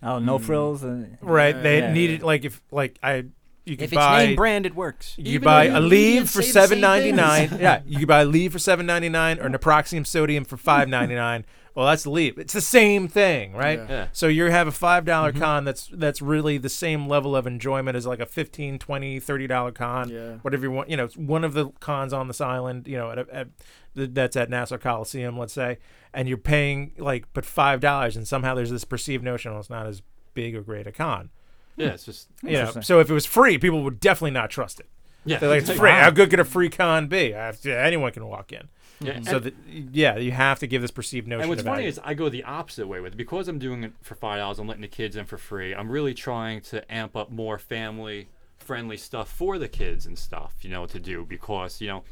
A: oh,
B: Hmm.
A: no frills. And,
B: Right? they
A: yeah.
B: needed like if like I you could
C: If it's
B: buy
C: name brand, it works.
B: you could
D: Even
B: buy
D: though
B: a
D: you
B: leave
D: even
B: for
D: say the same
B: seven ninety nine. yeah, you could buy a leave for seven ninety nine or naproxen sodium for five ninety nine. well, that's the leave. It's the same thing, right?
D: Yeah.
B: So you have a five con that's that's really the same level of enjoyment as like a 15 20 30 dollar con.
M: Yeah.
B: Whatever you want, you know, it's one of the cons on this island, you know, at, a- at the, that's at Nassau Coliseum, let's say, and you're paying like but five dollars, and somehow there's this perceived notion, well, it's not as big or great a con.
D: yeah, it's just
B: You know,
A: Interesting.
B: so if it was free, people would definitely not trust it.
D: yeah.
B: They're like, it's free. How good could a free con be? I- anyone can walk in.
D: Yeah,
B: So,
D: and-
B: that, yeah, you have to give this perceived notion.
D: And what's
B: of
D: funny
B: value.
D: is I go the opposite way with it. because I'm doing it for five dollars. I'm letting the kids in for free. I'm really trying to amp up more family friendly stuff for the kids and stuff, you know, to do because you know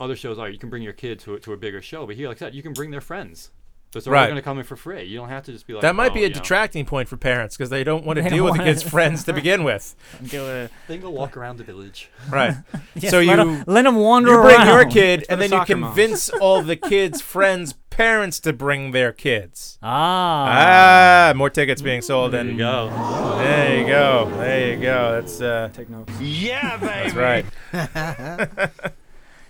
D: other shows are you can bring your kid to a, to a bigger show, but here like I said, you can bring their friends. So they're
B: Right.
D: all going to come in for free. You don't have to just be like
B: that might
D: oh,
B: be a
D: you know,
B: detracting point for parents because they don't want to
A: They
B: deal
A: don't
B: with the
A: wanna-
B: kids' friends to begin with.
A: Do a-
D: They can go walk around the village.
B: Right.
A: Yes,
B: so
A: let
B: you
A: 'em- let them wander
B: you bring
A: around.
B: your kid, and
M: the
B: then you
M: soccer moms.
B: convince all the kids' friends' parents to bring their kids.
A: Ah,
B: Ah, more tickets being sold.
D: There you
B: And
D: go.
B: there you go. There you go. That's uh,
M: Take notes.
L: Yeah, baby.
B: that's right.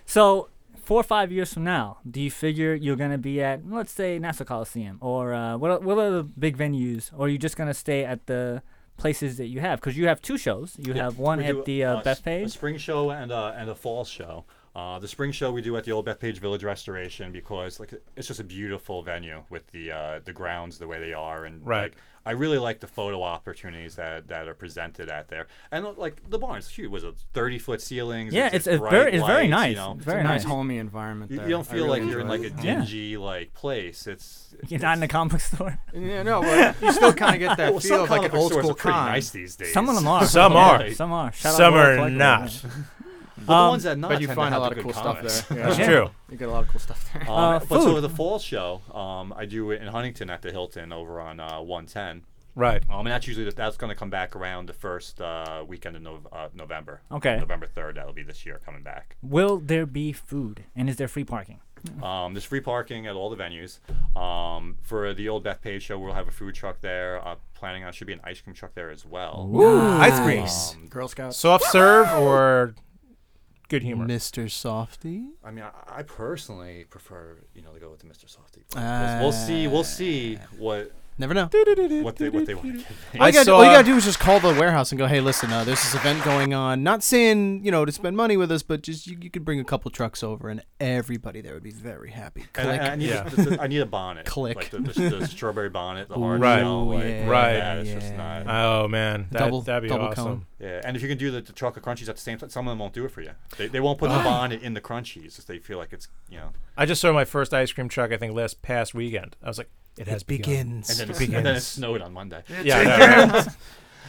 A: so four or five years from now, do you figure you're gonna be at let's say Nassau Coliseum or uh, what? Are, what are the big venues? Or are you just gonna stay at the places that you have? Because you have two shows. You have one
D: We do,
A: at the uh,
D: s-
A: Bethpage.
D: A spring show and a, and a fall show. Uh, the spring show we do at the old Bethpage Village Restoration because like it's just a beautiful venue with the uh, the grounds the way they are and
B: Right.
D: like I really like the photo opportunities that, that are presented out there and uh, like the barn's huge was it thirty foot ceilings
A: Yeah, it's,
D: it's, just
A: it's
D: bright
A: very it's very
D: lights,
A: nice.
D: you know
A: It's
M: It's a
A: very
M: nice,
A: nice.
M: homey environment.
D: you,
M: There.
D: you don't
M: I
D: feel
M: really
D: like you're in
M: enjoy
D: like a
M: it.
A: Yeah.
D: dingy like place it's
A: You're not in a comic store.
M: Yeah, no, but you still kind of get that
D: well,
M: feel
D: some
M: of like
D: comic
M: an
D: book
M: old
D: stores
M: school
D: are pretty
M: con.
D: nice these days
A: Some of them are.
B: Some
A: Yeah,
B: are.
A: Some are. Shout out
B: Some
A: World
B: are
A: Collectibles,
B: not.
A: yeah.
D: Well,
A: Um,
D: the ones that not
M: But you
D: tend to
M: find a
D: have the
M: lot of
D: good
M: cool
D: comics.
M: stuff there.
B: That's
A: Yeah.
B: true.
M: You get a lot of cool stuff there.
D: Um,
A: Uh,
D: but so
A: food.
D: the fall show, um, I do it in Huntington at the Hilton over on uh, 110.
B: Right.
D: Um, and that's usually that's going to come back around the first uh, weekend of Nov uh, November.
A: Okay.
D: November 3rd, that'll be this year coming back.
A: Will there be food? And is there free parking?
D: Um, there's free parking at all the venues. Um, for the old Beth Page show, we'll have a food truck there. Uh, planning on should be an ice cream truck there as well.
B: Ooh, ice cream.
D: Um,
M: Girl Scouts.
B: Soft serve or good humor.
C: Mr. Softy.
D: I mean, I, I
A: Uh,
D: personally prefer you know to go with the Mr. Softy. but We'll, we'll see. We'll see what
C: Never know.
D: What they what they want to get. paid.
C: All you, gotta, all you gotta do is just call the warehouse and go, "Hey, listen, uh, there's this event going on. Not saying you know to spend money with us, but just you, you could bring a couple trucks over, and everybody there would be very happy."
D: And I, I need
C: yeah.
D: the- the- I need a bonnet.
C: Click.
D: Like the, the, the strawberry bonnet, the hard
B: Right.
D: shell, like,
B: Yeah,
D: right.
B: Right.
D: That, it's just not.
B: Oh, man. That- Double- that'd be double awesome. cone.
D: Yeah, and if you can do the, the chocolate crunchies at the same time, some of them won't do it for you. They, they won't put the
B: Why?
D: bonnet in the crunchies if they feel like it's you know.
B: I just saw my first ice cream truck. I think last past weekend. I was like, it has begun.
D: And then,
B: It
D: it's- and then it snowed on Monday.
B: Yeah, I know, right?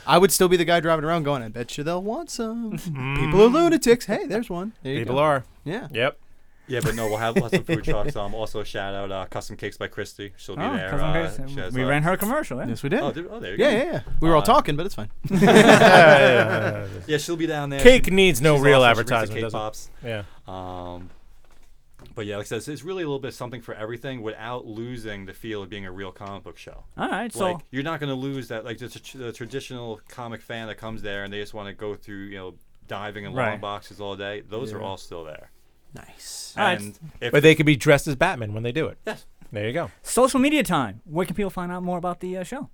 C: I would still be the guy driving around going, "I bet you they'll want some." People are lunatics. Hey, there's one. There you go. Yeah.
B: Yep.
D: Yeah, but no, we'll have lots of food trucks. Um, also shout out uh, Custom Cakes by Christy. She'll be
A: Oh,
D: there.
A: Custom
D: uh,
A: Cakes.
D: she has,
A: We
D: uh,
A: ran her commercial, yeah.
C: Yes, we did.
D: Oh, did- oh, there you
C: yeah,
D: go.
C: yeah, yeah. We were all
D: Uh,
C: talking, but it's fine.
D: yeah, she'll be down there.
B: Cake
D: She-
B: needs no
D: she's
B: real
D: awesome. She brings the
B: advertisement,
D: Cake
B: does it?
D: pops.
B: Yeah.
D: Um, but yeah, like I said, it's- it's really a little bit something for everything without losing the feel of being a real comic book show.
A: All right, Uh, so-
D: like, you're not going to lose that. Like just a tr- the traditional comic fan that comes there and they just want to go through, you know, diving in long
A: Right.
D: boxes all day. Those are
A: Yeah.
D: all still there.
C: Nice.
A: All right.
D: And if
B: but they could be dressed as Batman when they do it.
D: Yes.
B: There you go.
A: Social media time. Where can people find out more about the uh, show?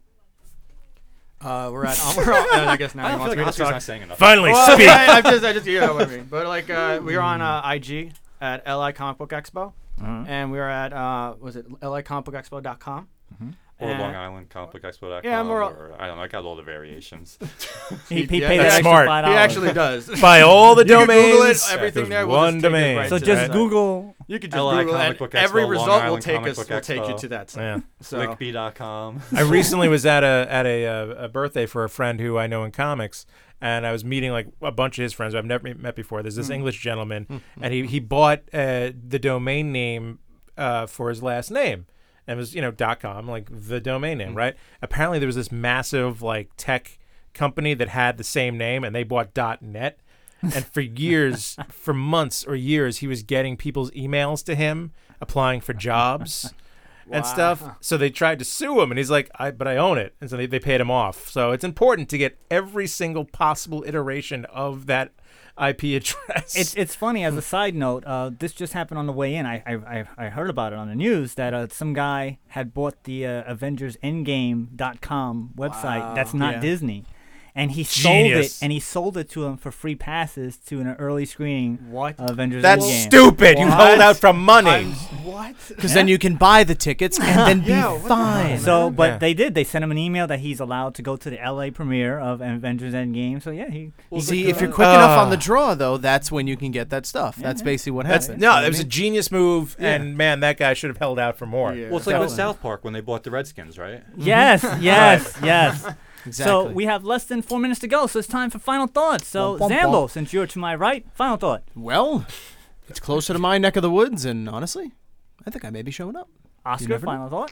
M: Uh, we're at. Um, we're on, no, I guess now
A: I
M: he
A: don't
M: wants
A: feel like
M: me to
A: Oscar's
M: talk.
A: not saying enough.
B: Finally,
M: Well,
B: speak.
M: I, I just, I just, you know what I mean. But like, uh, we are on uh, IG at LI Comic Book Expo,
D: Mhm.
C: Mm-hmm.
M: and we are at uh, was it LIComicBookExpo.com.
D: Mhm. Or
M: And-
D: Long Island Comic Expo.com.
M: Yeah, more-
D: or, I don't know. I got all the variations.
A: He, he
M: Yeah,
A: paid
M: that's
A: that extra
M: smart.
A: $5.
M: He actually does.
B: Buy all the
M: You can Google it,
B: domains.
M: everything
B: There's
M: there. We'll
B: one
M: just take it
B: domain.
M: right
A: So
M: to
A: just
M: that.
A: Google-
M: You could just
D: LI
M: Google
D: Comic
M: it.
D: Book
M: and
D: Expo,
M: Every
D: Long
M: result will
D: Island
M: take
D: Comic
M: us.
D: Book
M: Will take you
D: Expo.
M: to that. site.
B: Yeah.
M: So
D: Wikipedia.com.
B: I recently was at a at a, uh a birthday for a friend who I know in comics, and I was meeting like a bunch of his friends who I've never met before. There's this
M: Mm.
B: English gentleman, and he he bought uh, the domain name uh, for his last name, and it was you know dot com like the domain name, right? Apparently there was this massive like tech company that had the same name, and they bought dot net. and for years, for months or years, he was getting people's emails to him applying for jobs and stuff. So they tried to sue him, and he's like, "I, but I own it." And so they, they paid him off. So it's important to get every single possible iteration of that IP address.
A: It's it's funny. As a side note, uh, this just happened on the way in. I I, I, I heard about it on the news that uh, some guy had bought the uh, AvengersEndgame.com website.
M: Wow.
A: That's not
M: Yeah.
A: Disney, and he sold it.
M: Genius.
A: And he sold it to him for free passes to an early screening.
M: What?
A: of Avengers?
C: That's
A: Endgame.
C: stupid. You
A: What?
C: held out for money. I'm-
M: what?
C: Because then you can buy the tickets and then be fine.
A: So, but
C: Yeah.
A: they did. They sent him an email that he's allowed to go to the LA premiere of Avengers Endgame. So yeah, he. he-
C: See, if you're quick enough
M: Ah.
C: on the draw, though, that's when you can get that stuff. that's basically what
B: That's-
C: happened.
B: no,
C: You know
B: it was
C: what
B: a genius move, and man, that guy should have held out for more.
D: Well, it's like with South Park when they bought the Redskins, right?
A: Yes, yes,
D: Right.
A: yes. So we have less than four minutes to go, so it's time for final thoughts. So
C: Bum, bum,
A: Zambo,
C: bum.
A: since you're to my right, final thought.
C: I mean? Well, it's closer to my neck of the woods, and honestly, I think I may be showing up. You
A: Oscar,
C: never know.
A: final thought.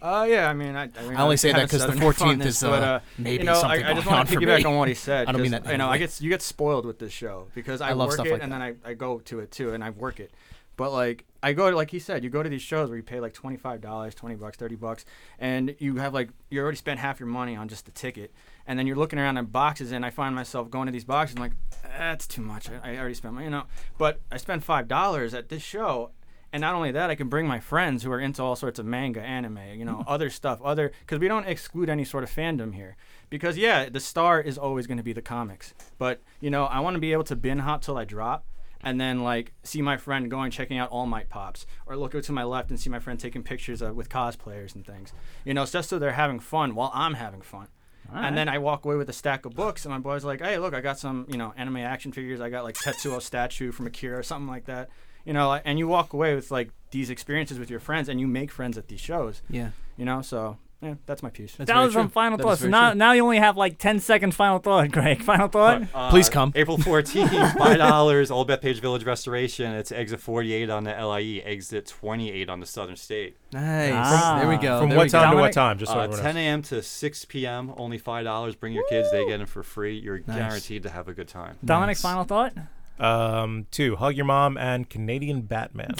M: Uh, yeah, I mean, I, I, mean,
C: I only say
M: kinda
C: that 'cause the
M: set enough on
C: 14th
M: this,
C: is,
M: but,
C: uh,
M: uh,
C: maybe
M: you know,
C: something
M: I, I just
C: going
M: want
C: on
M: to
C: for
M: piggyback
C: me.
M: on what he said.
C: I don't mean
M: just-
C: that
M: You know, I
C: negatively.
M: get you get spoiled with this show because I,
C: I love
M: work
C: stuff
M: it
C: like
M: and then I, I go to it too and I work it, but like I go to like he said, you go to these shows where you pay like twenty five dollars, twenty bucks, thirty bucks, and you have like you already spent half your money on just the ticket, and then you're looking around at boxes and I find myself going to these boxes and like that's too much. I, I already spent my you know, but I spent five dollars at this show and not only that, I can bring my friends who are into all sorts of manga, anime, you know,
C: Mm-hmm.
M: other stuff, other because we don't exclude any sort of fandom here. Because yeah, the star is always going to be the comics, but you know, I want to be able to bin hop till I drop, and then like see my friend going checking out All Might pops, or look over to my left and see my friend taking pictures of, with cosplayers and things. You know, it's just so they're having fun while I'm having fun.
A: Alright.
M: And then I walk away with a stack of books, and my boy's like, "Hey, look, I got some, you know, anime action figures. I got like Tetsuo statue from Akira or something like that." You know, like- and you walk away with like these experiences with your friends, and you make friends at these shows.
C: Yeah.
M: You know, so yeah, that's my piece.
A: that was from final thoughts. So now, now you only have like 10 seconds. Final thought, Greg. Final thought.
D: Uh, April 14th, $5, Old Bethpage Village Restoration. It's exit 48 on the LIE, exit 28 on the Southern State.
C: Nice. Ah. There we go. From There what we go.
B: time to what time, just so
D: uh,
B: everyone
D: 10 a.m. to 6 p.m. Only $5. Bring your kids. They get them for free. You're
A: Nice.
D: guaranteed to have a good time.
A: Dominic, final thought.
B: Um, two, hug your mom and Canadian Batman.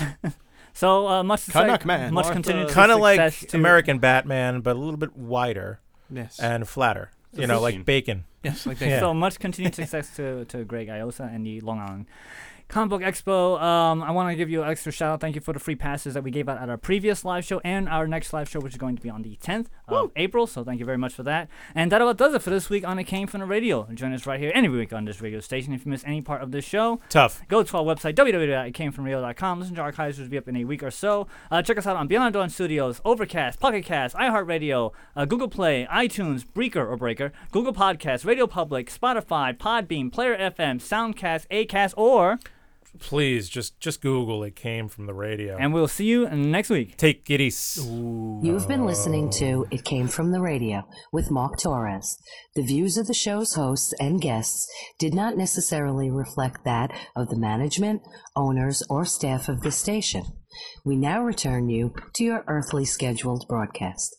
A: So uh, much to say-
B: Canuck man.
A: much continued
B: Kind of like
A: success to-
B: American Batman, but a little bit wider.
C: Yes.
B: And flatter. You know, like bacon.
A: So much continued success to, to Greg Iosa and the Long Island Comic Book Expo, um, I want to give you an extra shout out. Thank you for the free passes that we gave out at our previous live show and our next live show, which is going to be on the 10th of April. So thank you very much for that. And that about does it for this week on It Came From The Radio. Join us right here any week on this radio station. If you miss any part of this show,
B: Tough.
A: Go to our website, www.itcamefromradio.com. Listen to our archives, which will be up in a week or so. Uh, check us out on Beyond Dawn Studios, Overcast, Pocket Cast, iHeartRadio, uh, Google Play, iTunes, Breaker or Breaker, Google Podcasts, Radio Public, Spotify, Podbean, Player FM, Soundcast, Acast, or.
B: Please just just Google it came from the radio.
A: And we'll see you next week.
B: Take it easy.
F: You've been listening to It Came From the Radio with Mark Torres. The views of the show's hosts and guests did not necessarily reflect that of the management, owners, or staff of the station. We now return you to your earthly scheduled broadcast.